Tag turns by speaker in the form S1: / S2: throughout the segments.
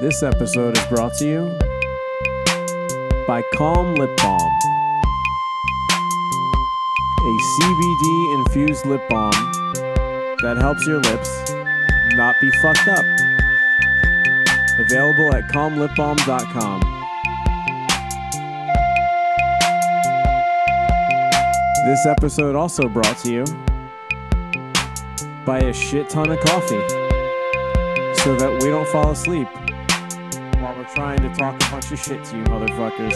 S1: This episode is brought to you by Calm Lip Balm, a CBD infused lip balm that helps your lips not be fucked up. Available at calmlipbalm.com. This episode also brought to you by a shit ton of coffee so that we don't fall asleep while we're trying to talk a bunch of shit to you motherfuckers.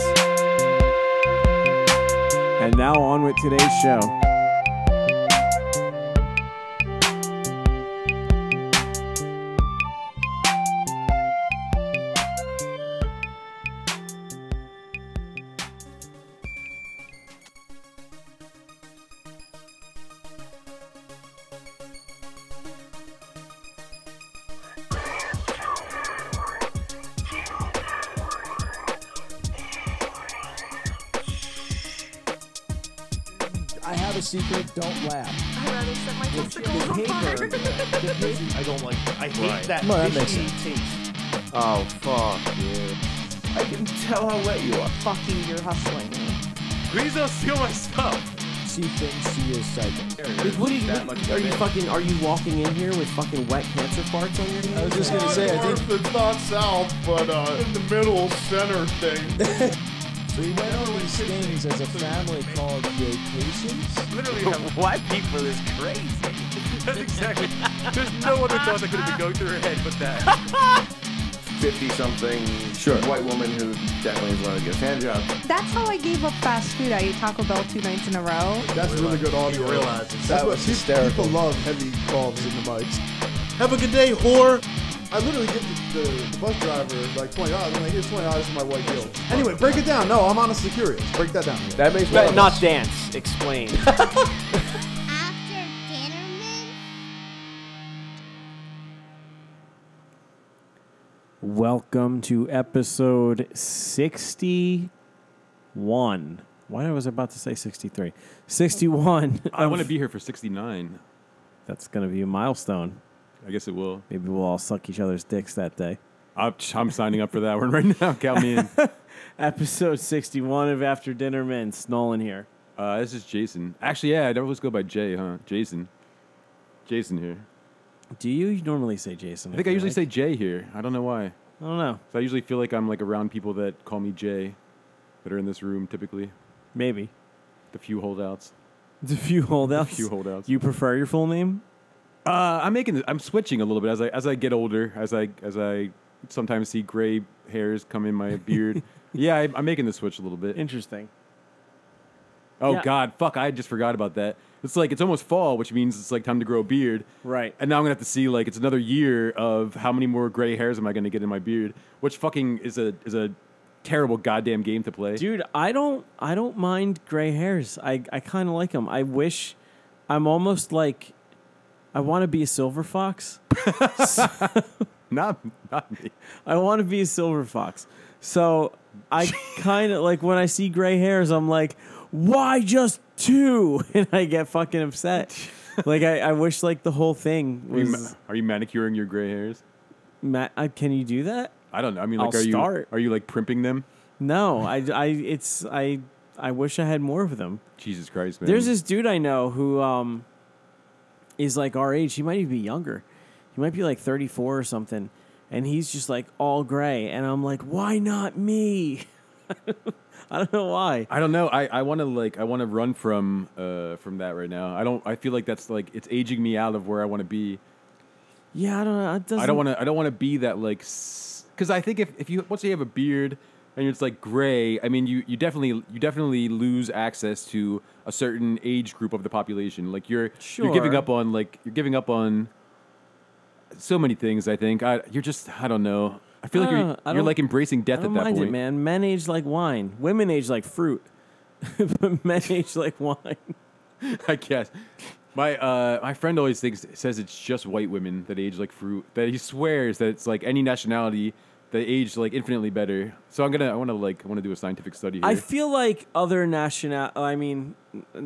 S1: And now on with today's show.
S2: I have a secret. Don't laugh.
S3: I'd rather set my testicles on fire.
S4: I don't like that. I hate
S5: Right.
S4: that
S2: Well, that makes
S4: fishy taste.
S5: Oh fuck you. I can tell how wet you are.
S3: Fuck you, you're hustling me.
S5: Please don't steal my stuff.
S2: See things, see is psychic.
S5: Like, what are you, what, are you fucking? Are you walking in here with fucking wet cancer farts on your
S2: I
S5: hands?
S2: was just gonna say, I think
S6: it's not south, but uh, in the middle center thing.
S2: we went on these things as a family called vacations.
S5: Literally, white people is crazy. That's exactly. There's no other thought that could have been going through her head but that.
S6: Fifty-something
S5: Sure.
S6: white woman who definitely is going to get a hand job.
S3: That's how I gave up fast food. I ate Taco Bell two nights in a row.
S7: That's really good audio.
S5: Realizes.
S7: That's what
S2: was
S7: people,
S2: hysterical.
S7: people love heavy calls in the mics. Have a good day, whore. I literally give the, the, the bus driver like twenty dollars. I'm like, here's twenty dollars for my white guilt. Anyway, break it down. No, I'm honestly curious. Break that down.
S5: That makes
S4: one of
S5: not
S4: us.
S5: dance. Explain.
S8: after Bannerman?
S1: Welcome to episode 61. Why was I about to say 63? 61.
S9: I
S1: of-
S9: want to be here for 69.
S1: That's going to be a milestone.
S9: I guess it will.
S1: Maybe we'll all suck each other's dicks that day.
S9: I'm, I'm signing up for that one right now. Count me in.
S1: Episode 61 of After Dinner Men. Nolan here.
S9: Uh, this is Jason. Actually, yeah, I always go by Jay, huh? Jason. Jason here.
S1: Do you normally say Jason?
S9: I think I usually say Jay here. I don't know why.
S1: I don't know.
S9: So I usually feel like I'm like around people that call me Jay, that are in this room typically.
S1: Maybe.
S9: The few holdouts.
S1: The few holdouts.
S9: few holdouts.
S1: You prefer your full name?
S9: Uh, I'm making. I'm switching a little bit as I as I get older. As I as I sometimes see gray hairs come in my beard. yeah, I, I'm making the switch a little bit.
S1: Interesting.
S9: Oh
S1: Yeah.
S9: God, fuck! I just forgot about that. It's like it's almost fall, which means it's like time to grow a beard.
S1: Right.
S9: And now I'm gonna have to see like it's another year of how many more gray hairs am I gonna get in my beard? Which fucking is a is a terrible goddamn game to play.
S1: Dude, I don't I don't mind gray hairs. I I kind of like them. I wish I'm almost like I want to be a silver fox.
S9: Not not me.
S1: I want to be a silver fox. So I kind of like when I see gray hairs, I'm like, why just two? And I get fucking upset. like I, I wish like the whole thing
S9: Are you, ma-
S1: was.
S9: are you manicuring your gray hairs?
S1: Ma- uh, can you do that?
S9: I don't know. I mean, like,
S1: I'll
S9: are you
S1: start.
S9: are you like primping them?
S1: No, I, I it's I I wish I had more of them.
S9: Jesus Christ, man.
S1: There's this dude I know who um is like our age. He might even be younger. He might be like 34 or something. And he's just like all gray. And I'm like, why not me? I don't know why.
S9: I don't know. I, I want to like I want to run from uh from that right now. I don't. I feel like that's like it's aging me out of where I want to be.
S1: Yeah, I don't know. It doesn't,
S9: I don't want to. I don't want to be that like, because I think if, if you once you have a beard and it's like gray, I mean you, you definitely you definitely lose access to a certain age group of the population. Like you're you're giving
S1: Sure.
S9: up on like you're giving up on so many things. I think I, you're just I don't know. I feel like
S1: I
S9: you're
S1: don't- Uh, I
S9: you're
S1: don't-
S9: like embracing
S1: I
S9: death
S1: don't
S9: at that
S1: mind
S9: point.
S1: it, man. Men age like wine. Women age like fruit. but men age like wine.
S9: I guess. My uh, my friend always thinks says it's just white women that age like fruit. That he swears that it's like any nationality that age like infinitely better. So I'm gonna I want to like I want to do a scientific study here.
S1: I feel like other national, I mean,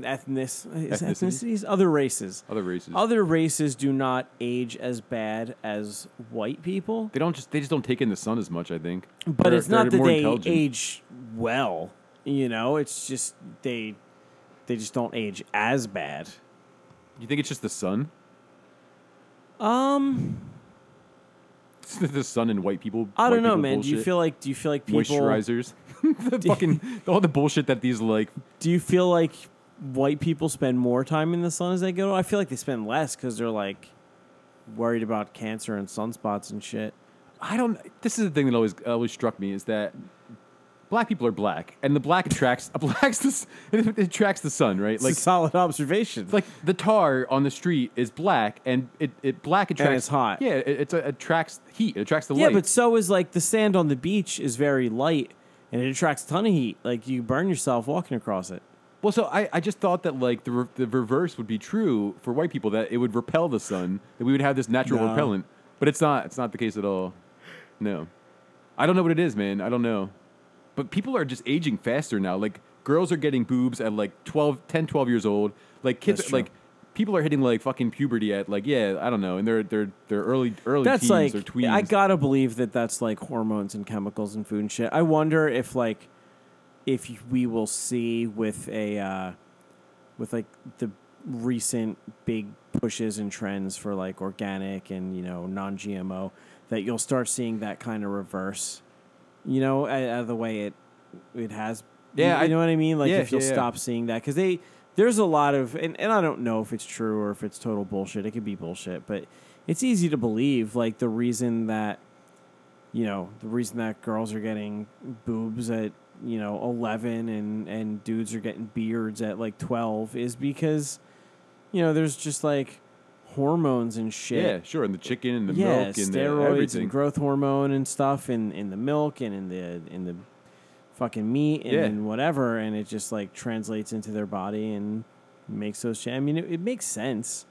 S1: ethnic, is
S9: Ethnicity?
S1: ethnicities, other races,
S9: Other races.
S1: other races do not age as bad as white people.
S9: they don't just they just don't take in the sun as much. I think.
S1: But
S9: They're-
S1: it's not
S9: they're
S1: that
S9: more
S1: they
S9: intelligent.
S1: age well, you know. It's just they they just don't age as bad.
S9: You think it's just the sun?
S1: Um,
S9: the sun and white people.
S1: I
S9: white
S1: don't know,
S9: people
S1: man. Do you
S9: bullshit?
S1: feel like do you feel like people
S9: moisturizers? the fucking all the bullshit that these like
S1: do you feel like white people spend more time in the sun as they go? I feel like they spend less because they're like worried about cancer and sunspots and shit.
S9: I don't. This is the thing that always always struck me is that black people are black, and the black attracts blacks the s- it attracts the sun, right?
S1: Like
S9: Like
S1: solid observation.
S9: like the tar on the street is black, and it, it black attracts
S1: it's hot.
S9: Yeah, it, it's it attracts heat. It attracts the
S1: yeah,
S9: light.
S1: but so is like the sand on the beach is very light and it attracts a ton of heat. Like you burn yourself walking across it.
S9: well, so I, I just thought that like the re- the reverse would be true for white people that it would repel the sun, that we would have this natural
S1: No.
S9: repellent, but it's not. It's not the case at all. No, I don't know what it is, man. I don't know. But people are just aging faster now. Like girls are getting boobs at like 12, 10, 12 years old. Like
S1: That's
S9: kids,
S1: true.
S9: like people are hitting like fucking puberty at like yeah, I don't know, and they're they're they're early early
S1: That's like
S9: teens or tweens.
S1: I gotta believe that that's like hormones and chemicals and food and shit. I wonder if like if we will see with a uh, with like the recent big pushes and trends for like organic and you know non-GMO that you'll start seeing that kind of reverse. You know, out out of the way it it has. you-
S9: Yeah,
S1: you,
S9: I-
S1: know what I mean. Like
S9: yeah,
S1: if you'll
S9: yeah, yeah.
S1: stop seeing that because they there's a lot of and, and I don't know if it's true or if it's total bullshit. It could be bullshit, but it's easy to believe. Like the reason that you know the reason that girls are getting boobs at you know 11 and and dudes are getting beards at like 12 is because you know there's just like hormones and
S9: yeah,
S1: shit
S9: sure, and the chicken and the
S1: yeah,
S9: milk and the
S1: steroids
S9: everything.
S1: and growth hormone and stuff in in the milk and in the in the fucking meat and,
S9: Yeah.
S1: in whatever and it just like translates into their body and makes those cha- I mean it, it makes sense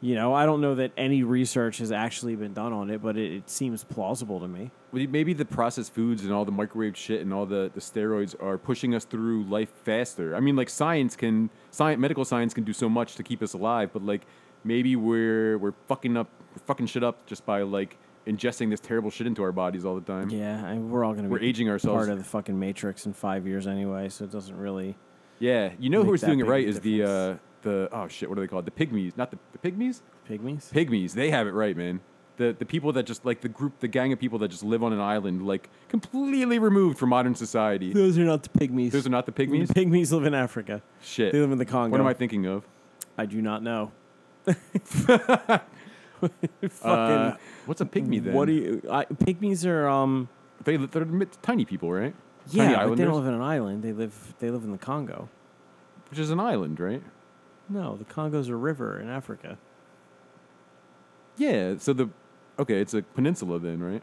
S1: you know I don't know that any research has actually been done on it but it, it seems plausible to me
S9: Well, Maybe the processed foods and all the microwave shit and all the, the steroids are pushing us through life faster. I mean, like science can, science, medical science can do so much to keep us alive, but like maybe we're we're fucking up, we're fucking shit up just by like ingesting this terrible shit into our bodies all the time.
S1: Yeah, I mean, we're all gonna
S9: We're
S1: be
S9: aging ourselves.
S1: part of the fucking matrix in five years anyway, so it doesn't really.
S9: Yeah, you know
S1: Make
S9: who's
S1: that
S9: doing it
S1: big
S9: right
S1: of
S9: is the uh, the oh shit, what are they called? The pygmies, not the, the pygmies.
S1: Pygmies.
S9: Pygmies, they have it right, man. The the people that just like the group, the gang of people that just live on an island, like completely removed from modern society.
S1: Those are not the pygmies.
S9: Those are not the
S1: pygmies.
S9: pygmies.
S1: pygmies live in Africa.
S9: Shit.
S1: They live in the Congo.
S9: What am I thinking of?
S1: I do not know. Fucking.
S9: Uh, what's a pygmy then?
S1: What do you? I, pygmies are um.
S9: They, they're mi- tiny people, right?
S1: Yeah,
S9: tiny
S1: but they
S9: islanders,
S1: don't live in an island. They live. They live in the Congo.
S9: which is an island, right?
S1: No, the Congo's a river in Africa.
S9: Yeah. So the okay, it's a peninsula then, right?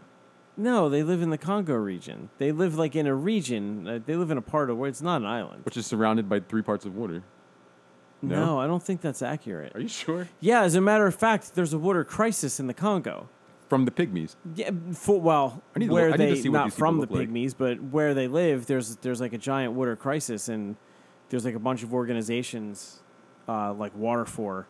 S1: No, they live in the Congo region. They live like in a region. Uh, they live in a part of where it's not an island.
S9: Which is surrounded by three parts of water.
S1: No,
S9: No?
S1: I don't think that's accurate.
S9: Are you sure?
S1: Yeah, as a matter of fact, there's a water crisis in the Congo.
S9: From the pygmies.
S1: Yeah, for, well,
S9: I need to
S1: where
S9: look- I need
S1: they
S9: to see what
S1: not
S9: these people
S1: from the
S9: look like.
S1: pygmies, but where they live, there's there's like a giant water crisis, and there's like a bunch of organizations, uh, like Water for,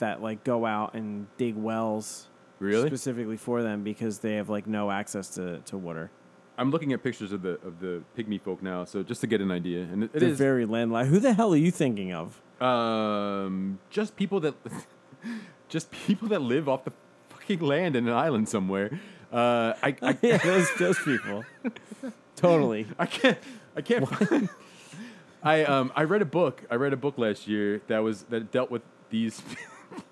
S1: that like go out and dig wells
S9: Really?
S1: specifically for them because they have like no access to, to water.
S9: I'm looking at pictures of the of the pygmy folk now, so just to get an idea, and it, it
S1: They're
S9: is
S1: very landlocked. Who the hell are you thinking of?
S9: um, just people that just people that live off the fucking land in an island somewhere. Uh, I, I
S1: yeah, those those people. totally.
S9: I can't. I can't. find- I um I read a book. I read a book last year that was that dealt with these.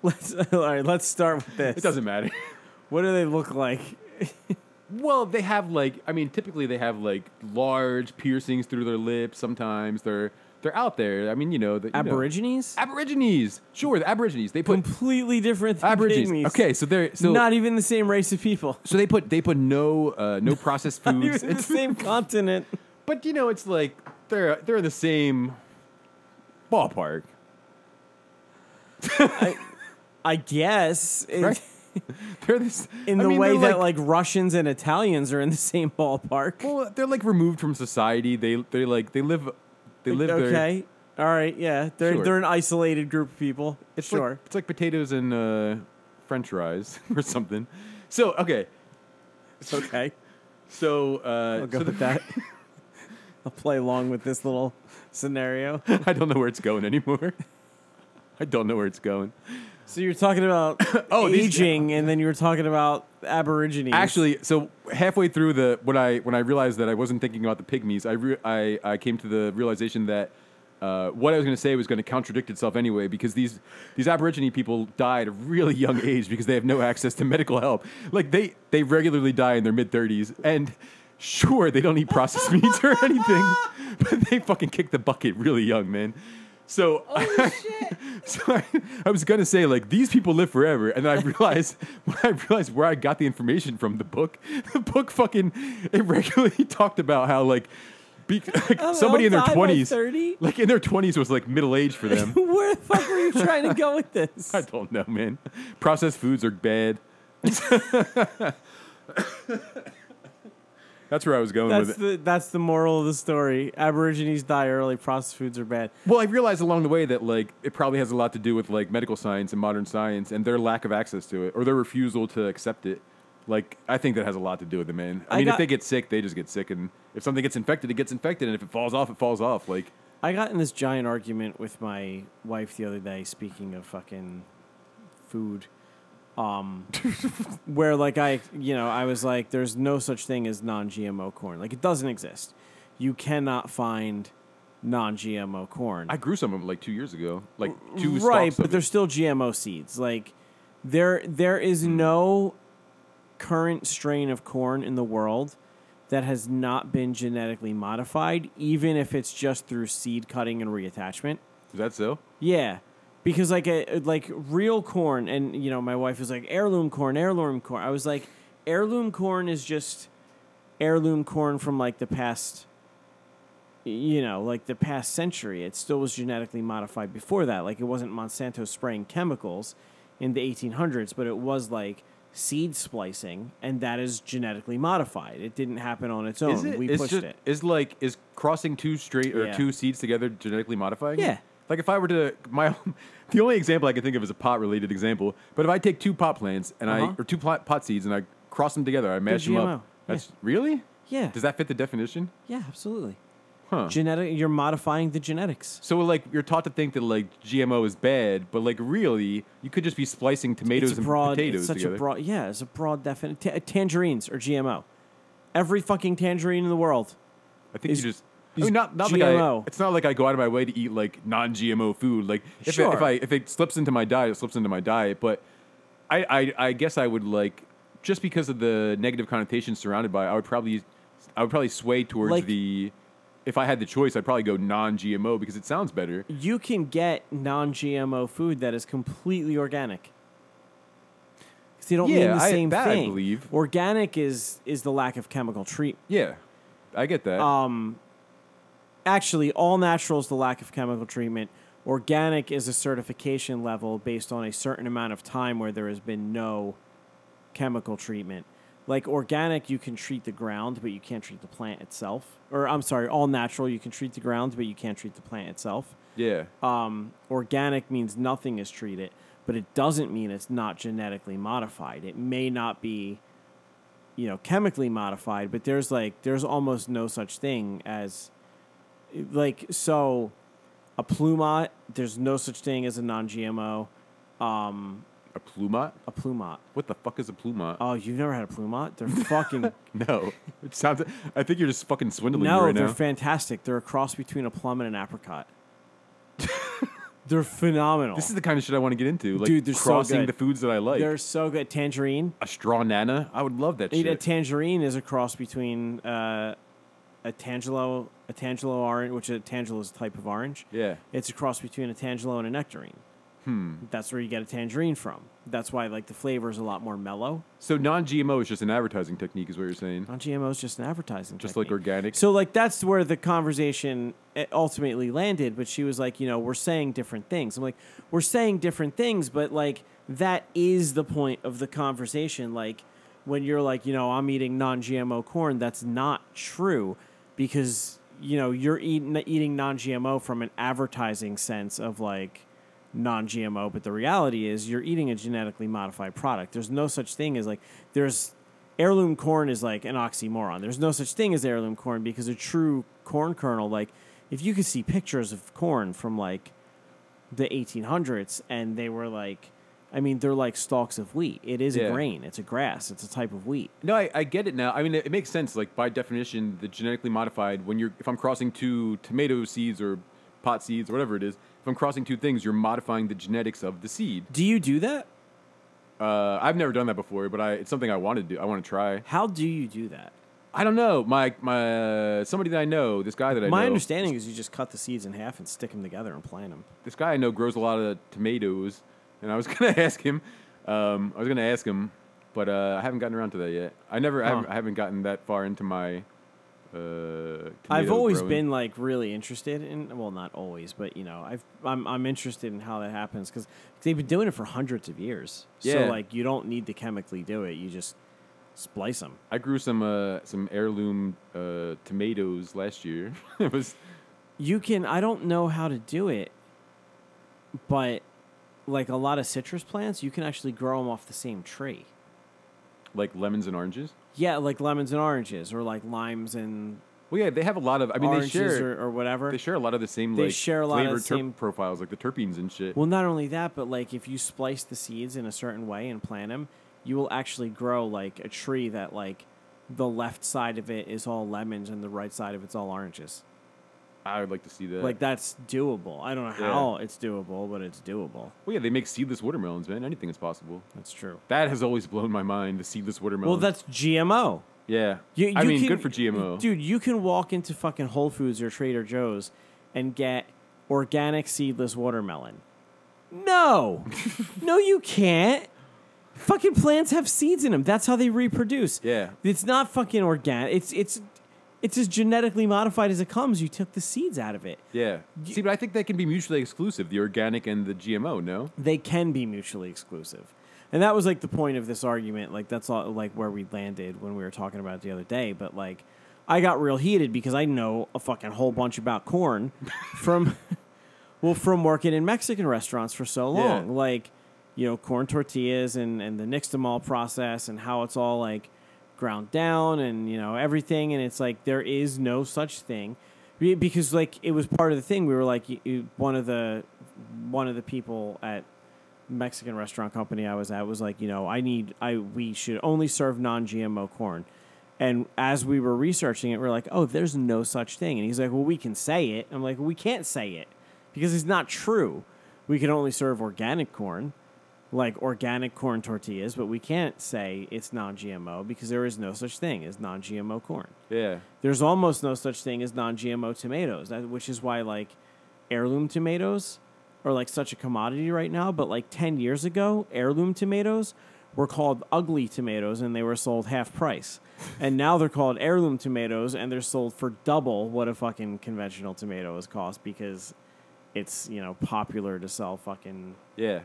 S1: Let's all right. Let's start with this.
S9: it doesn't matter.
S1: What do they look like?
S9: Well, they have like I mean, typically they have like large piercings through their lips. Sometimes they're they're out there. I mean, you know the you know-
S1: Aborigines.
S9: Aborigines. Sure, the Aborigines. They put
S1: Completely different than
S9: Aborigines.
S1: pygmies.
S9: Okay, so they're so
S1: not e- even the same race of people.
S9: so they put they put no uh, no processed
S1: You're
S9: foods.
S1: in the
S9: It's-
S1: same continent.
S9: but you know, it's like they're they're in the same ballpark.
S1: I guess. It-
S9: Right? they're this
S1: in
S9: I
S1: the
S9: mean,
S1: way
S9: they're
S1: that like Russians and Italians are in the same ballpark.
S9: well, they're like removed from society. They they like they live they live their-
S1: okay. All right. Yeah. They're
S9: Sure.
S1: they're an isolated group of people.
S9: It's
S1: sure.
S9: Like, it's like potatoes and uh, French fries or something. So okay,
S1: okay.
S9: so uh,
S1: I'll go
S9: so the-
S1: with that. I'll play along with this little scenario.
S9: I don't know where it's going anymore. I don't know where it's going.
S1: So you're talking about
S9: Oh, these-
S1: aging, and then you were talking about Aborigines.
S9: Actually, so halfway through the when I when I realized that I wasn't thinking about the pygmies, I re- I, I came to the realization that uh, what I was going to say was going to contradict itself anyway because these these Aborigine people die at a really young age because they have no access to medical help. Like they they regularly die in their mid thirties and. Sure, they don't eat processed meats or anything, but they fucking kick the bucket really young, man. So
S1: Oh,
S9: so I, I was gonna say like these people live forever, and then I realized when I realized where I got the information from the book. The book fucking it regularly talked about how like, be, like,
S1: Oh,
S9: somebody in their twenties,
S1: Thirty.
S9: like in their twenties, was like middle age for them.
S1: Where the fuck were you trying to go with this?
S9: I don't know, man. Processed foods are bad. That's where I was going
S1: That's
S9: with it.
S1: the that's the moral of the story. Aborigines die early. Processed foods are bad.
S9: Well, I realized along the way that like it probably has a lot to do with like medical science and modern science and their lack of access to it or their refusal to accept it. Like I think that has a lot to do with it, man. I,
S1: I
S9: mean, if
S1: got-
S9: they get sick, they just get sick, and if something gets infected, it gets infected, and if it falls off, it falls off. Like
S1: I got in this giant argument with my wife the other day. Speaking of fucking food, um, where like I, you know, I was like, "There's no such thing as non-GMO corn. Like it doesn't exist. You cannot find non-GMO corn."
S9: I grew some of them like two years ago, like two
S1: right,
S9: stalks
S1: but
S9: of
S1: they're
S9: it.
S1: still GMO seeds. Like there, there is
S9: Hmm.
S1: no current strain of corn in the world that has not been genetically modified, even if it's just through seed cutting and reattachment.
S9: Is that so?
S1: Yeah, because like a like real corn, and you know, my wife was like heirloom corn, heirloom corn. I was like, heirloom corn is just heirloom corn from like the past, you know, like the past century. It still was genetically modified before that. Like it wasn't Monsanto spraying chemicals in the 1800s, but it was like seed splicing, and that is genetically modified. It didn't happen on its own.
S9: Is it?
S1: we
S9: it's
S1: pushed
S9: just,
S1: it.
S9: Is like is crossing two straight or
S1: Yeah.
S9: two seeds together genetically modifying? it?
S1: Yeah.
S9: Like if I were to my the only example I can think of is a pot related example. But if I take two pot plants and
S1: Uh-huh.
S9: I or two pot, pot seeds and I cross them together, I mash them
S1: GMO, yeah.
S9: up. That's really?
S1: Yeah.
S9: Does that fit the definition?
S1: Yeah, absolutely.
S9: Huh.
S1: Genetic, you're modifying the genetics.
S9: so like you're taught to think that like GMO is bad, but like really you could just be splicing tomatoes
S1: it's a
S9: and
S1: broad,
S9: potatoes
S1: it's such
S9: together.
S1: a broad, yeah, it's a broad definition. Ta- tangerines are GMO. Every fucking tangerine in the world.
S9: I think
S1: is-
S9: you just. I
S1: is
S9: mean, not not
S1: GMO.
S9: like I, it's not like I go out of my way to eat like non-GMO food. Like if, it, if
S1: Sure.
S9: I if it slips into my diet, it slips into my diet. But I, I I guess I would like just because of the negative connotations surrounded by, it, I would probably I would probably sway towards
S1: Like-
S9: the. If I had the choice, I'd probably go non-GMO because it sounds better.
S1: You can get non-GMO food that is completely organic. 'Cause they don't mean
S9: Yeah,
S1: the
S9: I-
S1: same
S9: that I
S1: thing.
S9: believe.
S1: Organic is is the lack of chemical treatment.
S9: Yeah, I get that.
S1: Um, Actually, all natural is the lack of chemical treatment. Organic is a certification level based on a certain amount of time where there has been no chemical treatment. Like organic, you can treat the ground, but you can't treat the plant itself. Or I'm sorry, all natural, you can treat the ground, but you can't treat the plant itself.
S9: yeah,
S1: Um, organic means nothing is treated, but it doesn't mean it's not genetically modified. It may not be, you know, chemically modified, but there's like there's almost no such thing as, like so, a plumat. There's no such thing as a non-GMO. Um,
S9: a plumot.
S1: a plumat.
S9: What the fuck is a plumot?
S1: Oh, you've never had a plumat? They're fucking
S9: no, it sounds. I think you're just fucking swindling me
S1: no,
S9: right
S1: they're
S9: now.
S1: fantastic. They're a cross between a plum and an apricot. they're phenomenal.
S9: this is the kind of shit I want to get into. Like
S1: Dude, they're so
S9: crossing
S1: good.
S9: the foods that I like.
S1: they're so good. Tangerine.
S9: a straw nana. I would love that
S1: A- A
S9: shit.
S1: tangerine is a cross between uh, a tangelo, a tangelo orange, which a tangelo is a type of orange.
S9: yeah. Hmm.
S1: It's a cross between a tangelo and a nectarine. That's where you get a tangerine from. That's why like the flavor is a lot more mellow.
S9: So non-GMO is just an advertising technique, is what you're saying.
S1: Non-GMO is just an advertising,
S9: Just
S1: technique.
S9: like organic?
S1: So like that's where the conversation eh, ultimately landed. But she was like, you know, we're saying different things. I'm like, we're saying different things, but like that is the point of the conversation. Like when you're like, you know, I'm eating non-GMO corn. That's not true because you know you're eating eating non-GMO from an advertising sense of like non-GMO, but the reality is you're eating a genetically modified product. There's no such thing as like there's heirloom corn is like an oxymoron. There's no such thing as heirloom corn because a true corn kernel, like if you could see pictures of corn from like the 1800s and they were like, I mean, they're like stalks of wheat. It is
S9: Yeah.
S1: a grain. It's a grass. It's a type of wheat.
S9: No, I, I get it now. I mean, it, it makes sense. Like by definition, the genetically modified when you're if I'm crossing two tomato seeds or pot seeds or whatever it is, if I'm crossing two things, you're modifying the genetics of the seed.
S1: Do you do that?
S9: Uh, I've never done that before, but I, it's something I want to do. I want to try.
S1: How do you do that?
S9: I don't know. My my uh, somebody that I know, this guy that I
S1: My
S9: know,
S1: understanding is you just cut the seeds in half and stick them together and plant them.
S9: this guy I know grows a lot of tomatoes, and I was gonna ask him. Um, I was gonna ask him, but uh, I haven't gotten around to that yet. I never, I,
S1: Huh.
S9: haven't, I haven't gotten that far into my. Uh,
S1: I've
S9: tomato
S1: always
S9: growing.
S1: been like really interested in well, not always, but you know, I've I'm I'm interested in how that happens because they've been doing it for hundreds of years.
S9: Yeah.
S1: So like, you don't need to chemically do it; you just splice them.
S9: I grew some uh, some heirloom uh, tomatoes last year. it was
S1: You can. I don't know how to do it, but like a lot of citrus plants, you can actually grow them off the same tree.
S9: like lemons and oranges.
S1: Yeah, like lemons and oranges, or like limes and
S9: Well, yeah, they have a lot of. I mean,
S1: oranges,
S9: they share
S1: or, or whatever.
S9: they share a lot of the same
S1: They
S9: like
S1: share a lot of
S9: flavor
S1: the same-
S9: profiles, like the terpenes and shit.
S1: Well, not only that, but like if you splice the seeds in a certain way and plant them, you will actually grow like a tree that like the left side of it is all lemons and the right side of it's all oranges.
S9: I would like to see that.
S1: Like that's doable. I don't know
S9: Yeah.
S1: how it's doable, but it's doable.
S9: well, yeah, they make seedless watermelons, man. Anything is possible.
S1: That's true.
S9: That has always blown my mind. The seedless watermelon.
S1: Well, that's GMO.
S9: yeah.
S1: You,
S9: I
S1: you
S9: mean,
S1: can-
S9: good for GMO.
S1: Dude, you can walk into fucking Whole Foods or Trader Joe's and get organic seedless watermelon. No. no, you can't. Fucking plants have seeds in them. That's how they reproduce.
S9: Yeah.
S1: It's not fucking organic. It's it's it's as genetically modified as it comes. You took the seeds out of it.
S9: yeah. See, but I think they can be mutually exclusive, the organic and the GMO. No.
S1: they can be mutually exclusive. And that was like the point of this argument. Like that's all like where we landed when we were talking about it the other day. But like I got real heated because I know a fucking whole bunch about corn from well, from working in Mexican restaurants for so
S9: Yeah.
S1: long. Like, you know, corn tortillas and, and the nixtamal process and how it's all like ground down and, you know, everything. And it's like there is no such thing. Be- Because like it was part of the thing. We were like you, you, one of the one of the people at Mexican restaurant company I was at was like, you know, I need I we should only serve non-GMO corn. And as we were researching it, we are like, oh, there's no such thing. And he's like, well, we can say it. I'm like, we can't say it because it's not true. We can only serve organic corn, like organic corn tortillas, but we can't say it's non-GMO because there is no such thing as non-GMO corn
S9: Yeah.
S1: there's almost no such thing as non-GMO tomatoes, that, which is why like heirloom tomatoes are like such a commodity right now. But like ten years ago, heirloom tomatoes were called ugly tomatoes and they were sold half price. And now they're called heirloom tomatoes and they're sold for double what a fucking conventional tomato is cost because it's you know popular to sell fucking
S9: Yeah.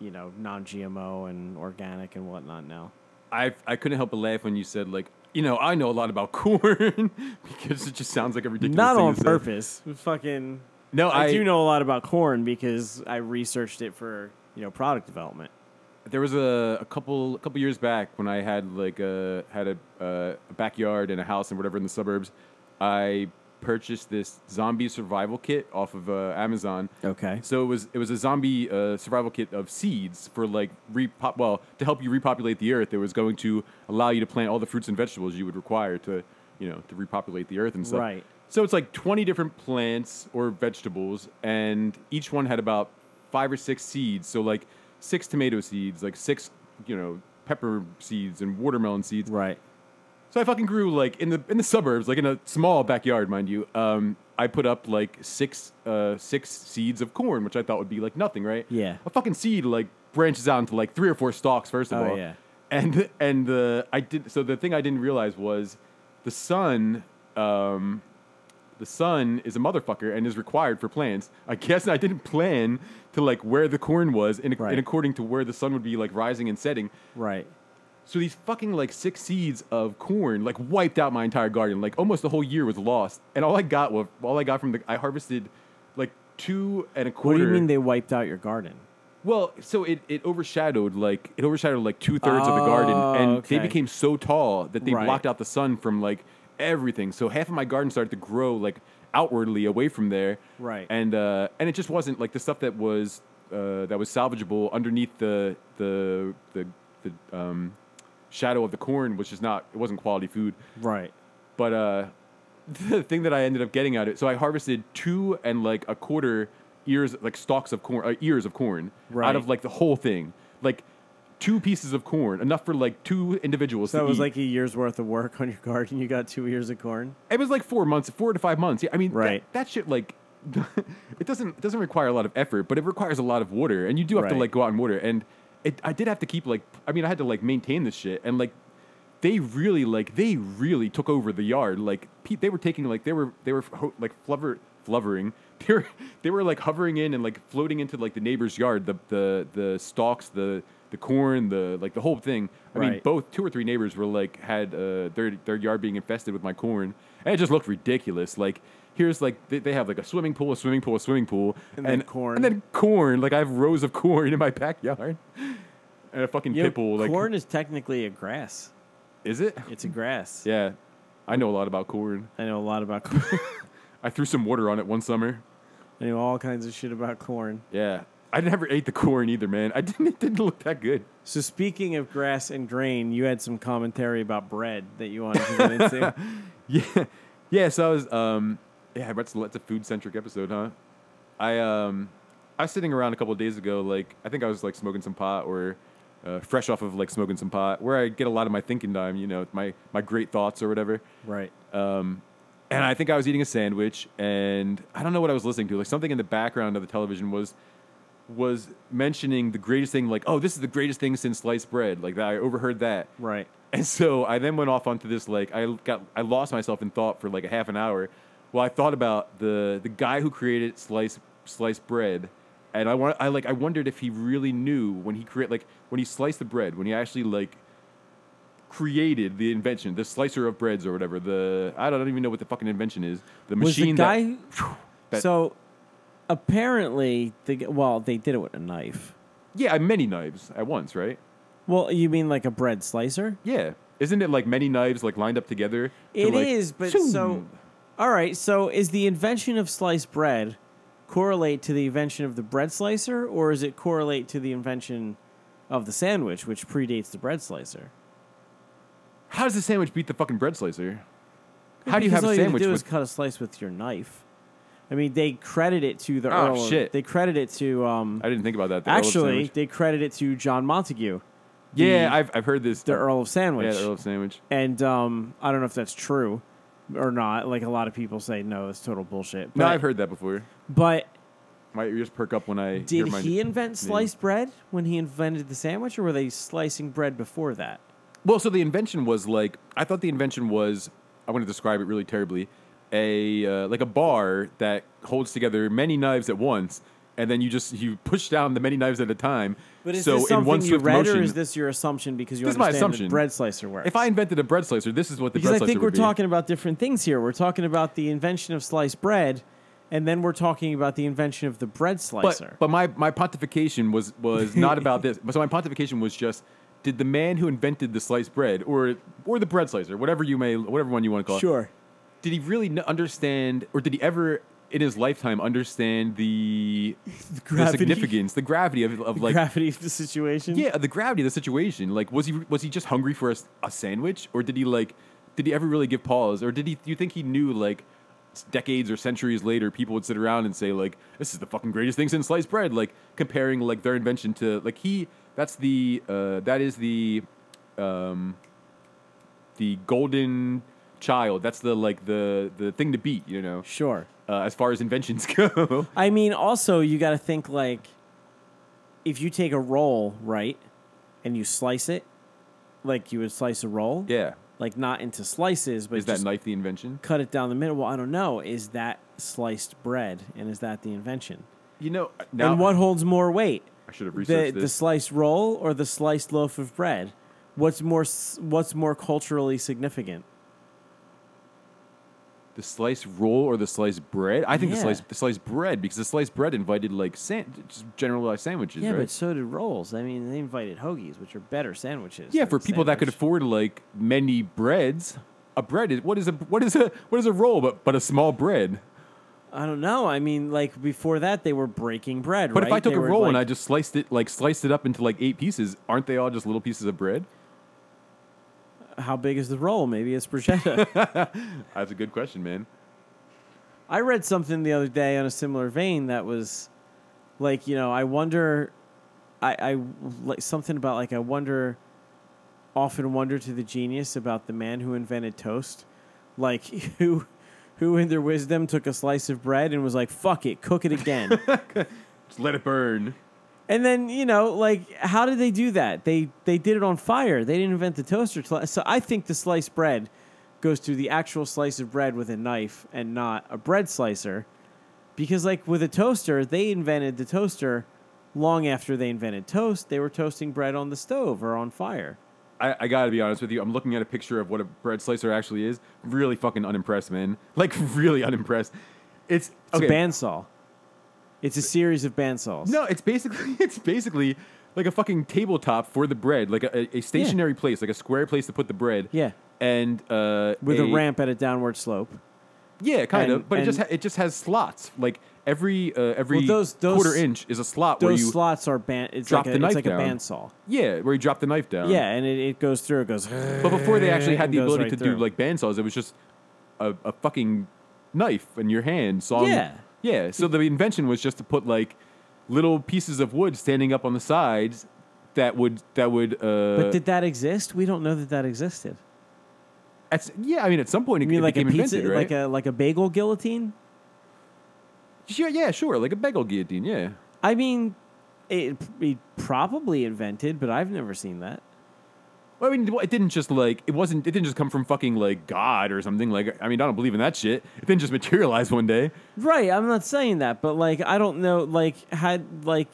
S1: you know non-GMO and organic and whatnot now.
S9: I I couldn't help but laugh when you said like you know I know a lot about corn because it just sounds like a ridiculous.
S1: Not
S9: thing
S1: on
S9: to say.
S1: purpose. Fucking
S9: No, I,
S1: Oh, I, do know a lot about corn because I researched it for you know product development.
S9: There was a, a couple a couple years back when I had like a had a, uh, a backyard and a house and whatever in the suburbs. I purchased this zombie survival kit off of uh, Amazon.
S1: Okay.
S9: So it was it was a zombie uh, survival kit of seeds for like repop well to help you repopulate the earth. It was going to allow you to plant all the fruits and vegetables you would require to you know to repopulate the earth and stuff.
S1: Right.
S9: So it's like 20 different plants or vegetables, and each one had about five or six seeds. So like six tomato seeds, like six you know pepper seeds and watermelon seeds.
S1: Right.
S9: So I fucking grew like in the in the suburbs, like in a small backyard, mind you. Um, I put up like six uh, six seeds of corn, which I thought would be like nothing, right?
S1: Yeah.
S9: A fucking seed like branches out into like three or four stalks first of
S1: Oh,
S9: all.
S1: yeah.
S9: And and the I did so the thing I didn't realize was the sun um, the sun is a motherfucker and is required for plants. I guess I didn't plan to like where the corn was and,
S1: Right.
S9: and according to where the sun would be like rising and setting.
S1: Right.
S9: So these fucking like six seeds of corn like wiped out my entire garden. Like almost the whole year was lost. And all I got was all I got from the I harvested like two and a
S1: What
S9: quarter.
S1: do you mean they wiped out your garden?
S9: Well, so it, it overshadowed like it overshadowed like two thirds of the garden,
S1: Oh,
S9: and
S1: okay.
S9: they became so tall that they
S1: Right.
S9: blocked out the sun from like everything. So half of my garden started to grow like outwardly away from there,
S1: Right.
S9: And uh, and it just wasn't like the stuff that was uh, that was salvageable underneath the the the, the um, shadow of the corn, which is not it wasn't quality food.
S1: Right.
S9: But uh, the thing that I ended up getting out of it, so I harvested two and like a quarter ears, like stalks of corn, uh, ears of corn, out
S1: Right.
S9: of like the whole thing, like two pieces of corn, enough for like two individuals.
S1: So
S9: to
S1: it was
S9: eat.
S1: like a year's worth of work on your garden. You got two ears of corn.
S9: it was like four months, four to five months. Yeah, I mean, that-
S1: Right.
S9: That, shit like. it doesn't it doesn't require a lot of effort, but it requires a lot of water, and you do have to
S1: Right.
S9: like go out and water. And it, I did have to keep like I mean I had to like maintain this shit, and like they really like they really took over the yard. Like pe- they were taking like they were they were ho- like flubber flubbering. They were they were like hovering in and like floating into like the neighbor's yard. The the the stalks, the the corn, the like the whole thing. I mean,
S1: Right.
S9: both both two or three neighbors were like had uh, their their yard being infested with my corn, and it just looked ridiculous. Like here's like they, they have like a swimming pool, a swimming pool, a swimming pool,
S1: And then corn.
S9: and then corn. Like I have rows of corn in my backyard, and a fucking
S1: Yeah,
S9: pit bull. Like
S1: corn is technically a grass.
S9: is it?
S1: It's a grass.
S9: Yeah, I know a lot about corn.
S1: I know a lot about corn.
S9: I threw some water on it one summer.
S1: I know all kinds of shit about corn.
S9: Yeah, I never ate the corn either, man. I didn't. It didn't look that good.
S1: So speaking of grass and grain, you had some commentary about bread that you wanted to get into.
S9: Yeah, yeah. So I was, um, yeah, that's that's a food centric episode, huh? I um, I was sitting around a couple of days ago, like I think I was like smoking some pot or uh, fresh off of like smoking some pot, where I get a lot of my thinking time, you know, my my great thoughts or whatever.
S1: right.
S9: Um, and I think I was eating a sandwich, and I don't know what I was listening to. Like something in the background of the television was was mentioning the greatest thing, like, oh, this is the greatest thing since sliced bread. Like that, I overheard that.
S1: Right.
S9: And so I then went off onto this like I got I lost myself in thought for like a half an hour. Well, I thought about the the guy who created slice sliced bread, and I want I like I wondered if he really knew when he create like when he sliced the bread when he actually like created the invention the slicer of breads or whatever the I don't, I don't even know what the fucking invention is the
S1: Was the
S9: machine
S1: guy?
S9: that, that-
S1: so apparently, the g- well, they did it with a knife.
S9: yeah many knives at once right
S1: Well, you mean like a bread slicer?
S9: yeah isn't it like many knives like lined up together to,
S1: It is,
S9: like,
S1: but
S9: shoom?
S1: so all right. So is the invention of sliced bread correlate to the invention of the bread slicer, or is it correlate to the invention of the sandwich, which predates the bread slicer?
S9: How does the sandwich beat the fucking bread slicer? How do you
S1: Because
S9: have a
S1: all
S9: sandwich
S1: You have to do is
S9: with
S1: cut a slice with your knife. I mean, they credit it to the
S9: Ah,
S1: Earl. of-
S9: shit.
S1: They credit it to um.
S9: I didn't think about that. the Earl of
S1: Actually,
S9: Sandwich.
S1: they credit it to John Montague,
S9: yeah, I've, I've heard this.
S1: the Earl of Sandwich.
S9: Oh. yeah, the Earl of Sandwich.
S1: and um, I don't know if that's true or not. Like a lot of people say, no, it's total bullshit. But,
S9: No, I've heard that before.
S1: But
S9: My ears perk up when I hear
S1: did
S9: my.
S1: he invent sliced bread when he invented the sandwich, or were they slicing bread before that?
S9: Well, so the invention was like I thought the invention was I want to describe it really terribly, a uh, like a bar that holds together many knives at once, and then you just you push down the many knives at a time.
S1: But is
S9: so
S1: this
S9: in
S1: something
S9: one
S1: you
S9: swift
S1: read,
S9: motion,
S1: or is this your assumption because you
S9: This is my
S1: understand
S9: assumption.
S1: that bread slicer works?
S9: if I invented a bread slicer, this is what the
S1: Because
S9: bread
S1: I
S9: slicer
S1: think we're
S9: would be.
S1: talking about different things here. We're talking about the invention of sliced bread, and then we're talking about the invention of the bread slicer.
S9: But, but my, my pontification was, was not about this. So my pontification was just did the man who invented the sliced bread or or the bread slicer, whatever you may whatever one you want to call it,
S1: sure.
S9: did he really n- understand or did he ever in his lifetime understand the the,
S1: gravity.
S9: significance, the gravity of, of like
S1: Gravity of the situation.
S9: yeah, the gravity of the situation. Like, was he was he just hungry for a, s- a sandwich, or did he like, did he ever really give pause, or did he? Do you think he knew like, s- decades or centuries later, people would sit around and say like, this is the fucking greatest thing since sliced bread. Like comparing like their invention to like he. That's the uh, that is the um, the golden child. That's the like the the thing to beat. You know,
S1: Sure.
S9: uh, as far as inventions go.
S1: I mean, also you got to think like if you take a roll right and you slice it, like you would slice a roll,
S9: yeah,
S1: like not into slices, but
S9: is that
S1: just
S9: knife the invention?
S1: cut it down the middle. Well, I don't know. Is that sliced bread and is that the invention?
S9: You know, now
S1: And what holds more weight,
S9: I should have
S1: the
S9: researched
S1: the
S9: this.
S1: sliced roll or the sliced loaf of bread? What's more s- What's more culturally significant?
S9: The sliced roll or the sliced bread? I think the
S1: Yeah.
S9: sliced the sliced bread because the sliced bread invited like san- just generalized sandwiches,
S1: Yeah,
S9: right?
S1: but so did rolls. I mean, they invited hoagies, which are better sandwiches.
S9: yeah,
S1: than
S9: for people that could
S1: sandwich.
S9: afford like many breads, a bread is what is a what is a what is a roll but but a small bread.
S1: I don't know. I mean, like before that, they were breaking bread.
S9: But
S1: right?
S9: if I took
S1: They
S9: a
S1: were,
S9: roll and I
S1: like-
S9: just sliced it like sliced it up into like eight pieces, aren't they all just little pieces of bread?
S1: how big is the roll? Maybe it's bruschetta.
S9: That's a good question, man.
S1: I read something the other day on a similar vein that was like, you know, I wonder, I, I like something about like I wonder, often wonder to the genius about the man who invented toast, like who, who in their wisdom took a slice of bread and was like, fuck it, cook it again.
S9: Just let it burn.
S1: And then you know, like, how did they do that? They they did it on fire. They didn't invent the toaster. Till, so I think the sliced bread goes to the actual slice of bread with a knife and not a bread slicer, because like with a toaster, they invented the toaster long after they invented toast. They were toasting bread on the stove or on fire.
S9: I, I gotta be honest with you. I'm looking at a picture of what a bread slicer actually is. Really fucking unimpressed, man. Like really unimpressed. It's,
S1: It's
S9: okay.
S1: a bandsaw. It's a series of bandsaws.
S9: No, it's basically it's basically like a fucking tabletop for the bread, like a, a stationary place, like a square place to put the bread.
S1: Yeah.
S9: And uh,
S1: with a, ramp at a downward slope.
S9: Yeah, kind
S1: and-
S9: of. But it just
S1: and-
S9: ha- it just has slots. Like every uh, every
S1: those- those-
S9: quarter inch is a slot where
S1: Those
S9: you
S1: slots are band. It's
S9: drop
S1: like a,
S9: the knife
S1: it's like
S9: down. Uh-huh.
S1: a bandsaw.
S9: yeah where you drop the knife down.
S1: Yeah, and it, it goes through. It goes.
S9: But before they actually had the
S1: Goes
S9: ability
S1: right
S9: to
S1: through.
S9: do like bandsaws, it was just a, a fucking knife in your hand. Sawing,
S1: Yeah.
S9: Yeah. So the invention was just to put like little pieces of wood standing up on the sides that would that would. Uh,
S1: But did that exist? We don't know that that existed.
S9: at, yeah, I mean, at some point it,
S1: You mean
S9: it
S1: like a
S9: became
S1: pizza,
S9: invented, right?
S1: like a like a bagel guillotine?
S9: sure, yeah, sure, like a bagel guillotine. Yeah.
S1: I mean, it, it probably invented, but I've never seen that.
S9: Well, I mean, it didn't just like it wasn't. It didn't just come from fucking like God or something. Like, I mean, I don't believe in that shit. It didn't just materialize one day.
S1: Right, I'm not saying that, but like I don't know, like had like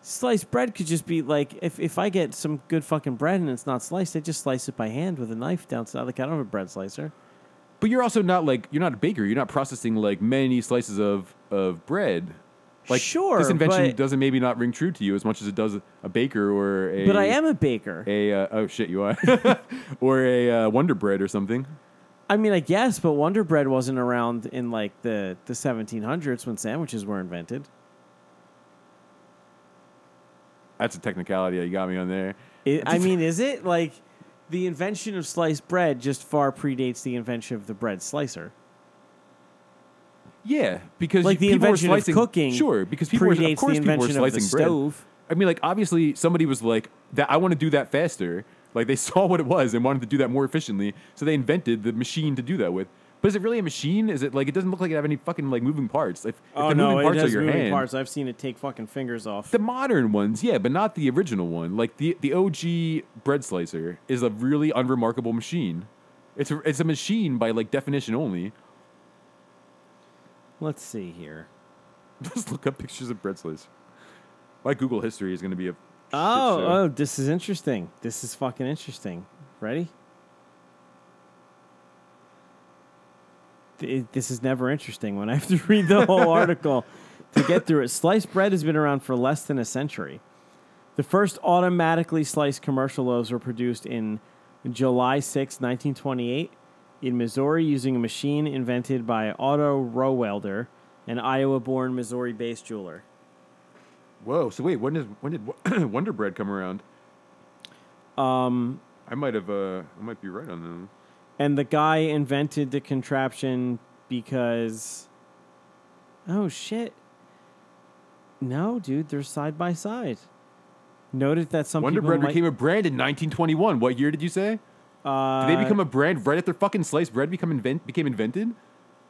S1: sliced bread could just be like if if I get some good fucking bread and it's not sliced, I just slice it by hand with a knife down. So like I don't have a bread slicer.
S9: But you're also not like you're not a baker. You're not processing like many slices of of bread. Like
S1: Sure,
S9: this invention
S1: but-
S9: doesn't maybe not ring true to you as much as it does a baker or a.
S1: But I am a baker.
S9: a uh, oh shit you are or a uh, Wonder Bread or something.
S1: I mean, I guess, but Wonder Bread wasn't around in like the the 1700s when sandwiches were invented.
S9: That's a technicality. You got me on there.
S1: It, I mean, is it like the invention of sliced bread just far predates the invention of the bread slicer?
S9: Yeah, because
S1: Like
S9: you-
S1: the
S9: people were
S1: invention of
S9: slicing-
S1: cooking
S9: Sure, because people were
S1: predates the
S9: of course people were
S1: invention of the
S9: slicing bread.
S1: stove.
S9: I mean, like obviously somebody was like that. I want to do that faster. Like they saw what it was and wanted to do that more efficiently, so they invented the machine to do that with. But is it really a machine? Is it like it doesn't look like it have any fucking like moving parts? If, if
S1: Oh,
S9: the moving parts are your hand,
S1: I've seen it take fucking fingers off.
S9: the modern ones, yeah, but not the original one. Like the the OG bread slicer is a really unremarkable machine. It's a, it's a machine by like definition only.
S1: Let's see here.
S9: Just look up pictures of bread slice. My Google history is going to be a.
S1: Oh,
S9: shit show.
S1: oh, this is interesting. This is fucking interesting. Ready? Th- This is never interesting when I have to read the whole article to get through it. Sliced bread has been around for less than a century. The first automatically sliced commercial loaves were produced in July 6, 1928, in Missouri using a machine invented by Otto Rohwelder, an Iowa born, Missouri based jeweler.
S9: Whoa! So wait, when did when did Wonder Bread come around?
S1: Um,
S9: I might have. Uh, I might be right on them.
S1: And the guy invented the contraption because. Oh, shit. No, dude, they're side by side. Noted that some
S9: Wonder
S1: people
S9: Bread
S1: might-
S9: became a brand in 1921. What year did you say? Do
S1: Uh,
S9: they become a brand right after fucking sliced bread become invent became invented?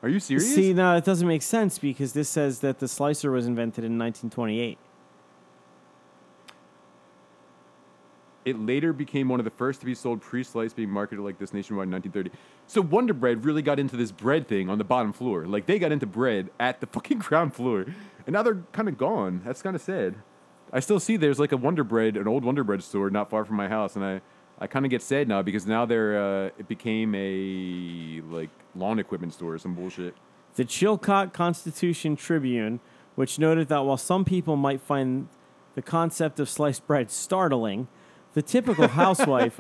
S9: Are you serious?
S1: See, now it doesn't make sense because this says that the slicer was invented in 1928.
S9: It later became one of the first to be sold pre-sliced, being marketed like this nationwide in 1930. So Wonder Bread really got into this bread thing on the bottom floor. Like they got into bread at the fucking ground floor, and now they're kind of gone. That's kind of sad. I still see there's like a Wonder Bread, an old Wonder Bread store not far from my house, and I, I kind of get sad now because now they're uh, it became a like lawn equipment store or some bullshit.
S1: The Chilcot Constitution Tribune, which noted that while some people might find the concept of sliced bread startling, the typical housewife